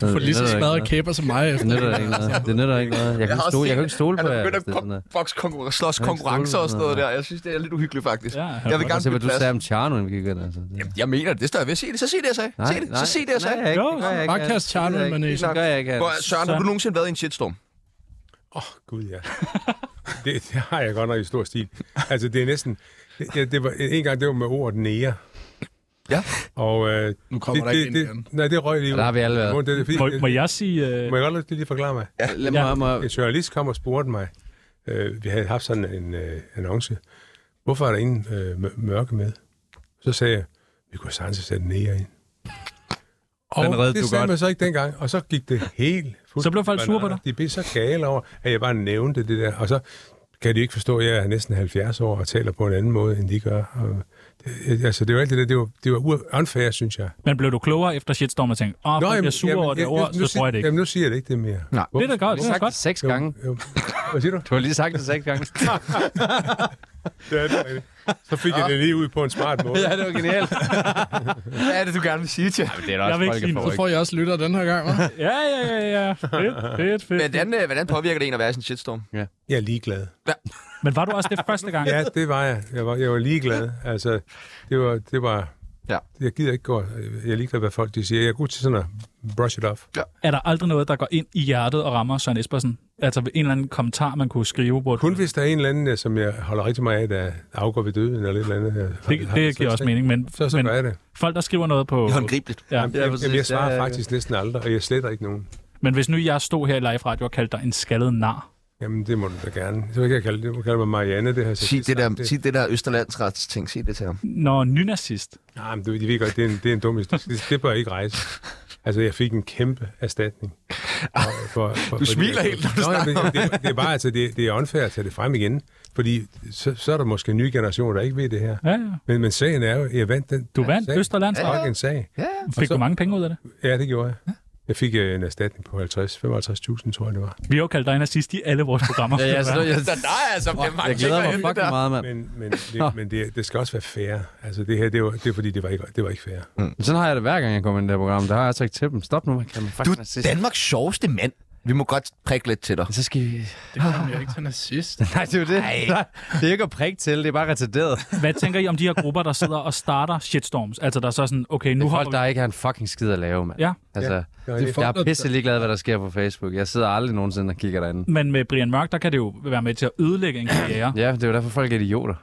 Så, Få lige så nytter jo ikke smadret noget. kæber som mig. Det nytter ikke noget. Det nytter ikke noget. Jeg kan, har ikke også stole, jeg set kan ikke stole på Han jer. er hvis begyndt det er sådan der. at boxe konkurre- slås Jeg kan ikke konkurrencer stole og sådan noget på- der. Jeg synes, det er lidt uhyggeligt, faktisk. Ja, jeg vil Prøv gerne at se, spille hvad du plads. sagde om Tjerno, inden vi gik ind. Altså. Det- Jeg mener det. Det står jeg ved. Sig det. Så sig det, jeg sagde. Nej, sig det. Så sig det, jeg sagde. Nej, jeg Jo, ikke. Det gør jeg ikke. bare kast Tjerno i manesien. Det gør jeg ikke. Prøv, at- Søren, har du nogensinde været i en shitstorm? Åh, oh, gud ja. Det, det har jeg godt nok i stor stil. Altså, det er næsten... Ja, det var, en gang, det var med ordet nære. Ja. Og, øh, nu kommer det, der det, ikke det, ind igen. Nej, det røg lige ud. Der har vi alle været. Må, det, er fordi, Må, må jeg sige... Øh... Må jeg godt lade- lige forklare mig? Ja, lad mig- må- En journalist kom og spurgte mig, øh, vi havde haft sådan en øh, annonce, hvorfor er der ingen øh, mør- mørke med? Så sagde jeg, vi kunne sagtens have sat en nære ind. Og Den reddede det du sagde godt. man så ikke dengang, og så gik det helt fuldt. Så blev folk sure på dig? De blev så gale over, at jeg bare nævnte det der, og så kan de ikke forstå, at jeg er næsten 70 år og taler på en anden måde, end de gør. Og, det, altså, det var alt det der, det var, det var u- unfair, synes jeg. Men blev du klogere efter shitstorm og tænkte, åh, oh, jeg er sur over det ord, nu så siger- tror jeg det ikke. Jamen, nu siger jeg det ikke det mere. Nej. Det er da godt, det er da godt. Seks gange. Jo. Hvad siger du? Du har lige sagt det seks gange. (laughs) Ja, det er rigtigt. Så fik jeg det lige ud på en smart måde. ja, det var genialt. Hvad er det, du gerne vil sige til? Det er da også Jeg vil ikke folk, sige får noget. Så får jeg også lytter den her gang, hva'? Ja, ja, ja, ja. Fedt, fedt, fedt. Hvordan, øh, hvordan påvirker det en at være i sådan en shitstorm? Jeg er ligeglad. Men var du også det første gang? Ja, det var jeg. Jeg var, jeg var ligeglad. Altså, det var... Det var Ja. Jeg gider ikke gå... Jeg er ligeglad, hvad folk de siger. Jeg er god til sådan at brush it off. Er der aldrig noget, der går ind i hjertet og rammer Søren Espersen? Altså en eller anden kommentar, man kunne skrive? Hvor Kun det, hvis der er en eller anden, øh, som jeg holder rigtig meget af, der afgår ved døden eller et eller andet. øh, har- det har giver slags også ting, mening, men, Så, så men gør jeg det. folk, der skriver noget på... Det er håndgribeligt. Ja, Jamen, jeg, præcis. jeg, jeg svarer Ja, ja, ja. faktisk næsten aldrig, og jeg sletter ikke nogen. men hvis nu jeg stod her i live radio og kaldte dig en skaldet nar, Jamen, det må du da gerne. Så kan jeg kalde, det. du må kalde mig Marianne, det her. Sig det, der, sig det der Østerlandsrets ting. Sig det til ham. når nynazist, Nej, men du, de ved godt, det er en, det er en dum historie. Det, det bør ikke rejse. Altså, jeg fik en kæmpe erstatning. For, for, for, du smiler helt, når du snakker det, det, det er bare, altså, det, det er unfair at tage det frem igen. Fordi så, så er der måske en ny generation, der ikke ved det her. ja, ja. Men, men sagen er jo, jeg vandt den. du vandt sag. Østerlands. Fuck en sag. Fik så- du mange penge ud af det? Ja, det gjorde jeg. Jeg fik øh, en erstatning på 50-55.000, tror jeg, det var. Vi har jo kaldt dig nazist i alle vores programmer. Ja, ja, så, jeg, Så der er altså mange jeg glæder mig fucking meget, mand. Men, men, det, men det, det skal også være fair. Altså, det her, det var, det var fordi, det var ikke, det var ikke fair. Men Sådan har jeg det hver gang, jeg kommer ind i det her program. Der har jeg sagt til dem, stop nu, man kan man Du faktisk er Danmarks sjoveste mand. Vi må godt prikke lidt til dig. Så skal vi... Det kommer jeg ikke til nazist. Nej, det er jo det. Nej. Det er ikke at prikke til, det er bare retarderet. Hvad tænker I om de her grupper, der sidder og starter shitstorms? Altså, der er så sådan, okay, Nu nu har folk, der ikke har en fucking skid at lave, mand. Ja. Altså, ja. Det var Det er Jeg folk, er pisse ligeglad, hvad der sker på Facebook. Jeg sidder aldrig nogensinde og kigger derinde. Men med Brian Mørk, der kan det jo være med til at ødelægge en karriere. Ja, det er jo derfor, folk er idioter.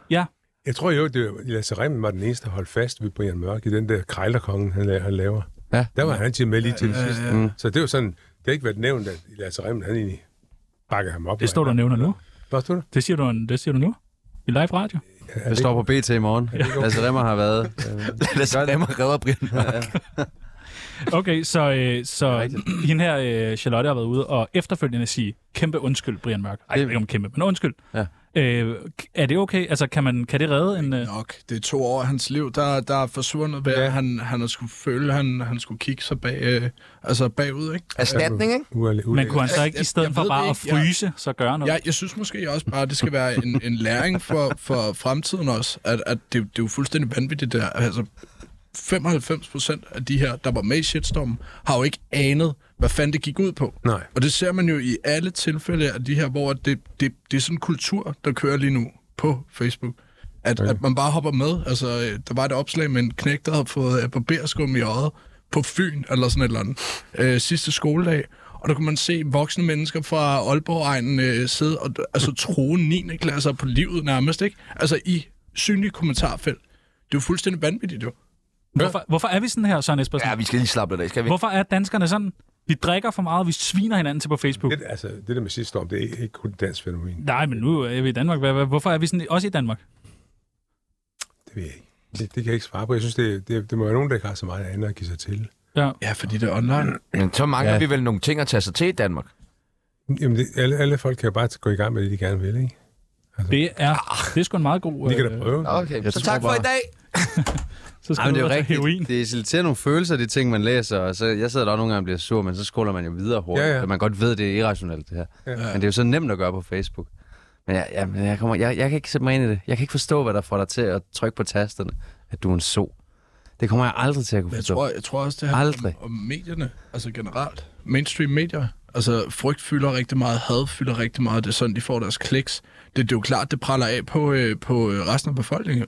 Jeg tror jo, det var- Lasse Remmen var den eneste, der holdt fast ved Brian Mørk i den der krejlerkongen, han, la- han laver. Ja. Der var han altid med lige til sidst. Så det er jo sådan, det har ikke været nævnt, at Lasse Remmen, han egentlig bakker ham op. Det står du og nævner nu. Hvad står du? Det siger du, det siger du nu. I live radio. Det står på BT i morgen. Lasse Remmer har været... (laughs) Øh, Lasse Remmer redder Brian. Okay, så, øh, så hende her, øh, Charlotte, har været ude og efterfølgende sige, kæmpe undskyld, Brian Mørk. Ej, jeg ved ikke om kæmpe, men undskyld. Ja. Øh, k- er det okay? Altså, kan, man, kan det redde en... Øh... Nok. Det er to år af hans liv, der, der er forsvundet ved, at han, han har skulle føle, han, han skulle kigge sig bag, øh, altså bagud, ikke? Erstatning, ikke? Uale, uale. Men kunne han så ikke, i Jeg- stedet jeg for ved bare det at ikke. Jeg- fryse, så gøre noget? Jeg, jeg synes måske også bare, at det skal være en, en læring for, for fremtiden også, at, at det, det er jo fuldstændig vanvittigt det der. Altså, 95 procent af de her, der var med i shitstormen, har jo ikke anet, hvad fanden det gik ud på. Nej. Og det ser man jo i alle tilfælde af de her, hvor det, det, det er sådan en kultur, der kører lige nu på Facebook. At, okay. at man bare hopper med. Altså, øh, der var et opslag med en knæk, der havde fået øh, barberskum i øjet på Fyn, eller sådan et eller andet, øh, sidste skoledag. Og der kunne man se voksne mennesker fra Aalborg-egnen øh, sidde og altså, troe 9. klasser på livet nærmest, ikke? Altså i synlige kommentarfelt. Det er jo fuldstændig vanvittigt, jo. Hvorfor, hvorfor er vi sådan her, Søren Espersen? Ja, vi skal lige slappe lidt af, skal vi? Hvorfor er danskerne sådan? Vi drikker for meget, vi sviner hinanden til på Facebook. Det, altså, det der med sidste storm, det er ikke, ikke kun et dansk fænomen. Nej, men nu er vi i Danmark. Hvad- hvad- Hvorfor er vi sådan også i Danmark? Det ved jeg ikke. Det, det kan jeg ikke svare på. Jeg synes, det, det, det må være nogen, der ikke har så meget andet at give sig til. Ja. Ja, fordi det er online. Men så mangler Ja. vi vel nogle ting at tage sig til i Danmark. Jamen, det, alle, alle folk kan jo bare gå i gang med det, de gerne vil, ikke? Det er, det er sgu en meget god... De kan da øh, prøve. Okay, Jeg så tror tak for bare- i dag. Så skal Ej, men det du er jo ud og tage heroin. rigtigt. Det isoliterer nogle følelser, de ting, man læser. Og så, jeg sidder der også nogle gange og bliver sur, men så scroller man jo videre hurtigt. Ja, Ja, ja. ja. man godt ved, det er irrationelt, det her. Ja. Men det er jo så nemt at gøre på Facebook. Men jeg, jeg, men jeg, kommer, jeg, jeg kan ikke sætte mig ind i det. Jeg kan ikke forstå, hvad der får dig til at trykke på tasterne, at du er en so. Det kommer jeg aldrig til at kunne Jeg forstå. tror, jeg tror også, det handler Altså- Aldrig. om, om medierne, altså generelt. Mainstream medier. Altså, frygt fylder rigtig meget, had fylder rigtig meget, det er sådan, de får deres kliks. Det, det er jo klart, det praller af på, øh, på øh, resten af befolkningen.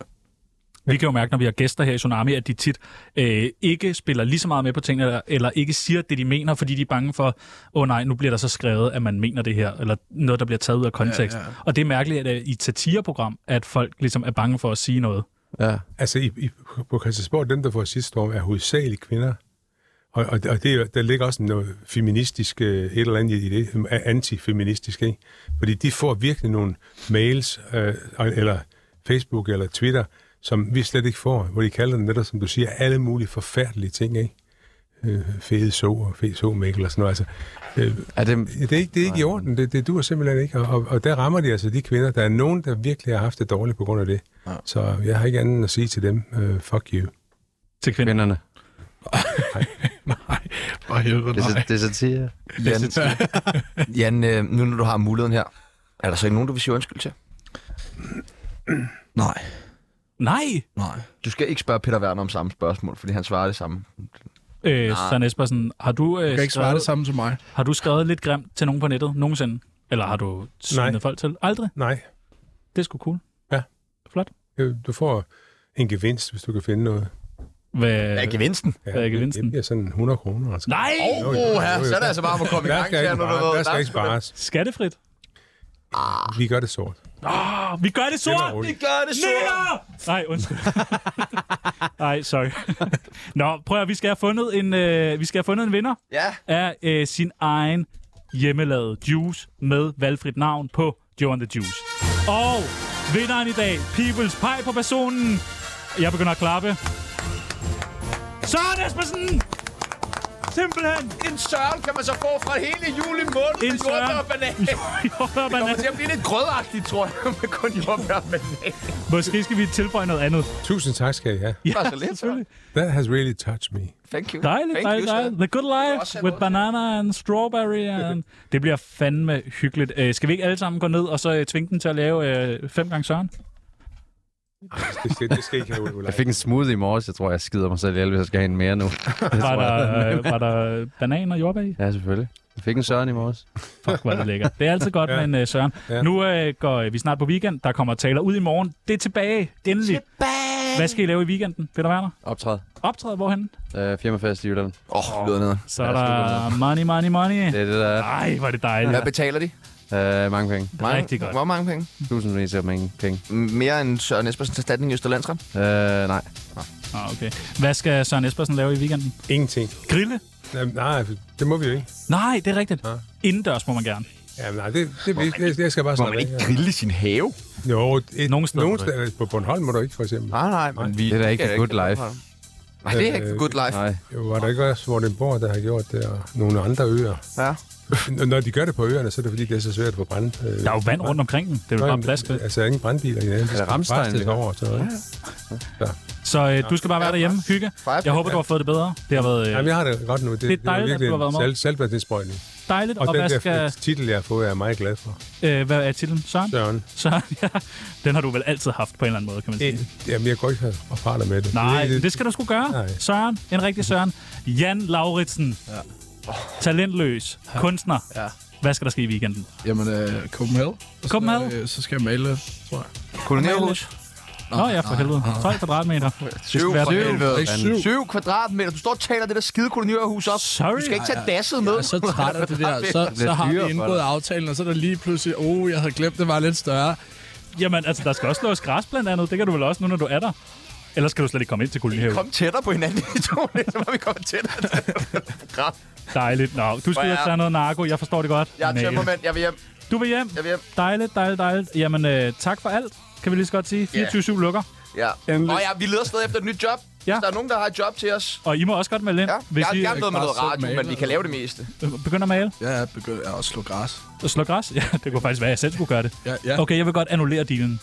Vi kan jo mærke, når vi har gæster her i Tsunami, at de tit øh, ikke spiller lige så meget med på tingene, eller, eller ikke siger det, de mener, fordi de er bange for, åh oh, nej, nu bliver der så skrevet, at man mener det her, eller noget, der bliver taget ud af kontekst. Ja, Ja, ja. ja. Og det er mærkeligt, at øh, i et satireprogram, at folk ligesom er bange for at sige noget. Ja. Altså, i, i, på Christiansborg, dem, der får sidste storm, er hovedsageligt kvinder. Og, og, og det, er jo- der ligger også noget feministisk, øh, et eller andet i det, a- antifeministisk, ikke? Fordi de får virkelig nogle mails, øh, og- eller Facebook, eller Twitter, som vi slet ikke får, hvor de kalder dem netop, som du siger, alle mulige forfærdelige ting, ikke? Øh, fede så og fede såmækkel og sådan noget. Altså, øh, er det... Det, er ikke, det er ikke i orden. Det, det duer simpelthen ikke. Og, og, og der rammer de altså de kvinder. Der er nogen, der virkelig har haft det dårligt på grund af det. Ja. Så jeg har ikke andet at sige til dem. Øh, fuck you. Til kvinderne. Kvinderne. For helvede, Det er, nej. sa- det er satire. Jan, (laughs) Jan øh, nu når du har muligheden her, er der så ikke nogen, du vil sige undskyld til? Nej. Nej! Nej. Du skal ikke spørge Peter Werner om samme spørgsmål, fordi han svarer det samme. Øh, Nej. Søren Espersen, har du, øh, kan ikke svare skrevet, det samme til mig. har du skrevet lidt grimt til nogen på nettet nogensinde? Eller har du Nej. svinet folk til? Aldrig. Nej, Det er sgu cool. Øh, du får en gevinst, hvis du kan finde noget. Hvad, Er gevinsten? Ja, Hvad er gevinsten? Det bliver sådan 100 kroner. Altså. Nej! Jo, jo, jo, jo. så er det altså bare om at komme i Der gang. skal, ikke når du spares. ved, der skal ikke spares. Skattefrit. Vi gør det sort. Oh, vi gør det Det sort! var roligt. Gør det så! Nej, undskyld. (laughs) Nej, sorry. (laughs) Nå, prøv at vi skal have fundet en, øh, vi skal have fundet en vinder Ja. af øh, sin egen hjemmelavede juice med valgfrit navn på Joan the Juice. Og vinderen i dag, People's Pie på personen. Jeg begynder at klappe. Søren Espersen! Simpelthen En sørl kan man så få fra hele juli måned en med jordbær og (laughs) banan. Søren. Kommer Jordbærbanan. til at blive lidt grødagtigt, tror jeg, (laughs) med kun jordbær og banan. Måske skal vi tilføje noget andet. Tusind tak skal I have. Ja, (laughs) Bare så lidt, selvfølgelig. That has really touched me. Thank you. Dejligt, Thank dejligt, you, sir. dejligt. The good også life have with noget. banana and strawberry. (laughs) And... det bliver fandme hyggeligt. Øh, skal vi ikke alle sammen gå ned og så øh, tvinge den til at lave øh, fem gange (laughs) Søren? Det skal, det skal I ikke have, Ulrik. Jeg fik en smoothie i morges. Jeg tror, jeg skider mig selv ihjel, hvis jeg skal have en mere (laughs) nu. Var der, øh, var der banan og jordbær i? Ja, selvfølgelig. Jeg fik en søren i morges. Fuck, hvor er det lækkert. Det er altid godt (laughs) ja. Ja. med en øh, Søren. Ja. Ja. Nu øh, går øh, vi snart på weekend. Der kommer taler ud i morgen. Det er tilbage. Endelig. Tilbage. Hvad skal I lave i weekenden, Peter Werner? Optræde. Optræde hvorhen? Øh, firmafest i Jylland. Åh, oh, lyder ned. Så Ja, er der slutter money, money, money. Det er det, der er. Ej, hvor er det dejligt. Hvad betaler de? Øh, mange penge. Mange, Rigtig godt. Hvor mange penge? Tusindvis af mange penge. Mere end Søren Espersens erstatning i Østerlandsret? Øh, nej. Ah, okay. Hvad skal Søren Espersen lave i weekenden? Ingenting. Grille? Jamen, Nej, det må vi jo ikke. Nej, det er rigtigt. Indendørs må man gerne. Jamen, nej, det, det, det, jeg skal bare Må slappe man af. ikke grille sin have? Jo, et, Nogle steder må Nogle du ikke. steder på Bornholm må du ikke, for eksempel. Nej, nej. Men vi, Det er da ikke good life. Nej, det er ikke good life. Nej. Jo, var der ikke også Vordingborg, der har gjort det, og nogle andre øer? Ja. N- Når de gør det på øerne, så er det fordi, det er så svært at få brændt. Øh, Der er jo vand rundt omkring den. Det er jo bare plads til. Altså, ingen brandbiler i det. Det Rammstein, det gør? over og sådan noget. ikke? Så øh, du skal bare være derhjemme, hygge. Jeg håber, du har fået det bedre. Det har været Jamen, øh, jeg har det godt nu. Det, er dejligt, at du har været med. en saltvandsindsprøjtning. dejligt. Og, Og den hvad, der skal, titel, jeg har fået, er jeg meget glad for. øh, hvad er titlen? Søren? Søren. Søren, (laughs) ja. Den har du vel altid haft på en eller anden måde, kan man sige. Det, jamen, jeg går ikke have og praler med det. Nej, det skal du sgu gøre. Nej. Søren, en rigtig Søren. Jan Lauritsen. Talentløs. Kunstner. Hvad skal der ske i weekenden? Jamen, øh, Copenhagen. Og så, Copenhagen? Øh, så skal jeg male, tror jeg. Kolonierhus. Nå ja, for helvede. 12 kvadratmeter. Syv være for syv. helvede. Ikke syv. Syv kvadratmeter. Du står og taler det der skide kolonierhus op. Sorry. Du skal ikke tage dasset med. Jeg er så træt af det der. Så, Det så er har dyrere vi for indgået aftalen, og så er der lige pludselig, oh, jeg havde glemt, det var lidt større. Jamen, altså, der skal også slås græs blandt andet. Det kan du vel også nu, når du er der. Ellers kan du slet ikke komme ind til kolonihaven. (laughs) Kom tættere på hinanden, de to. (laughs) Så må vi komme tættere (laughs) til det her program. Dejligt. Nå, du Hvor skal er- hjem til noget narko. Jeg forstår det godt. Jeg er Men, øh, tømmermand. Jeg vil hjem. Du vil hjem. Jeg vil hjem. Dejligt, dejligt, dejligt. Jamen, øh, tak for alt, kan vi lige så godt sige. 24-7 lukker. Ja. Endelig. Og ja, vi leder stadig efter et nyt job. Ja. Hvis der er nogen, der har et job til os. Og I må også godt melde ind, Ja. hvis Jeg har I gerne noget med noget bare selv radio, male, men vi kan lave det meste. øh, begynder at male. Ja, jeg begynder at slå græs. Og slå græs. (laughs) Ja, det kunne faktisk være, at jeg selv skulle gøre det. Ja, ja. Okay, jeg vil godt annullere dealen.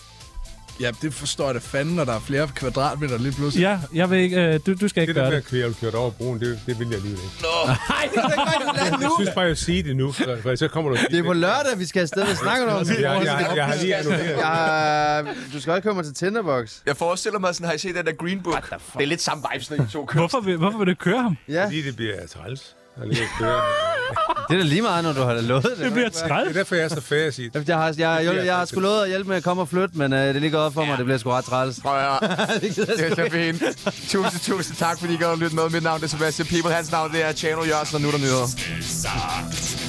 ja, det forstår jeg da fanden, når der er flere kvadratmeter lige pludselig. Ja, jeg vil ikke, øh, du, du skal ikke Det der gøre med det. at kvæle kørt over broen, det, det vil jeg alligevel ikke. Nej, det er ikke Jeg synes bare, jeg siger det nu, for, for så kommer du... Det er på lørdag, vi skal afsted. Hvad snakker du om? (laughs) Jeg, jeg, jeg, har lige annulleret. Jeg, du skal også komme til Tinderbox. Jeg forestiller mig sådan, har I set den der Green Book? Det er lidt samme vibes, når I to kører. Hvorfor vil, hvorfor vil du ikke køre ham? Ja. Fordi det bliver træls. Jeg er lige at køre. Det er da lige meget, når du har lovet det. Det bliver Det er træls. derfor, jeg er så færdig at sige, Jamen, Jeg har, jeg, jeg, jeg, jeg har sgu lovet at hjælpe med at komme og flytte, men øh, det ligger op for mig. Det bliver sgu ret træls. Prøv at høre. (laughs) det er så fint. Tusind, tusind tak, fordi I gad at lytte med. Mit navn det er Sebastian People. Hans navn det er Chano Jørgensen, og nu er der nyheder. sagt.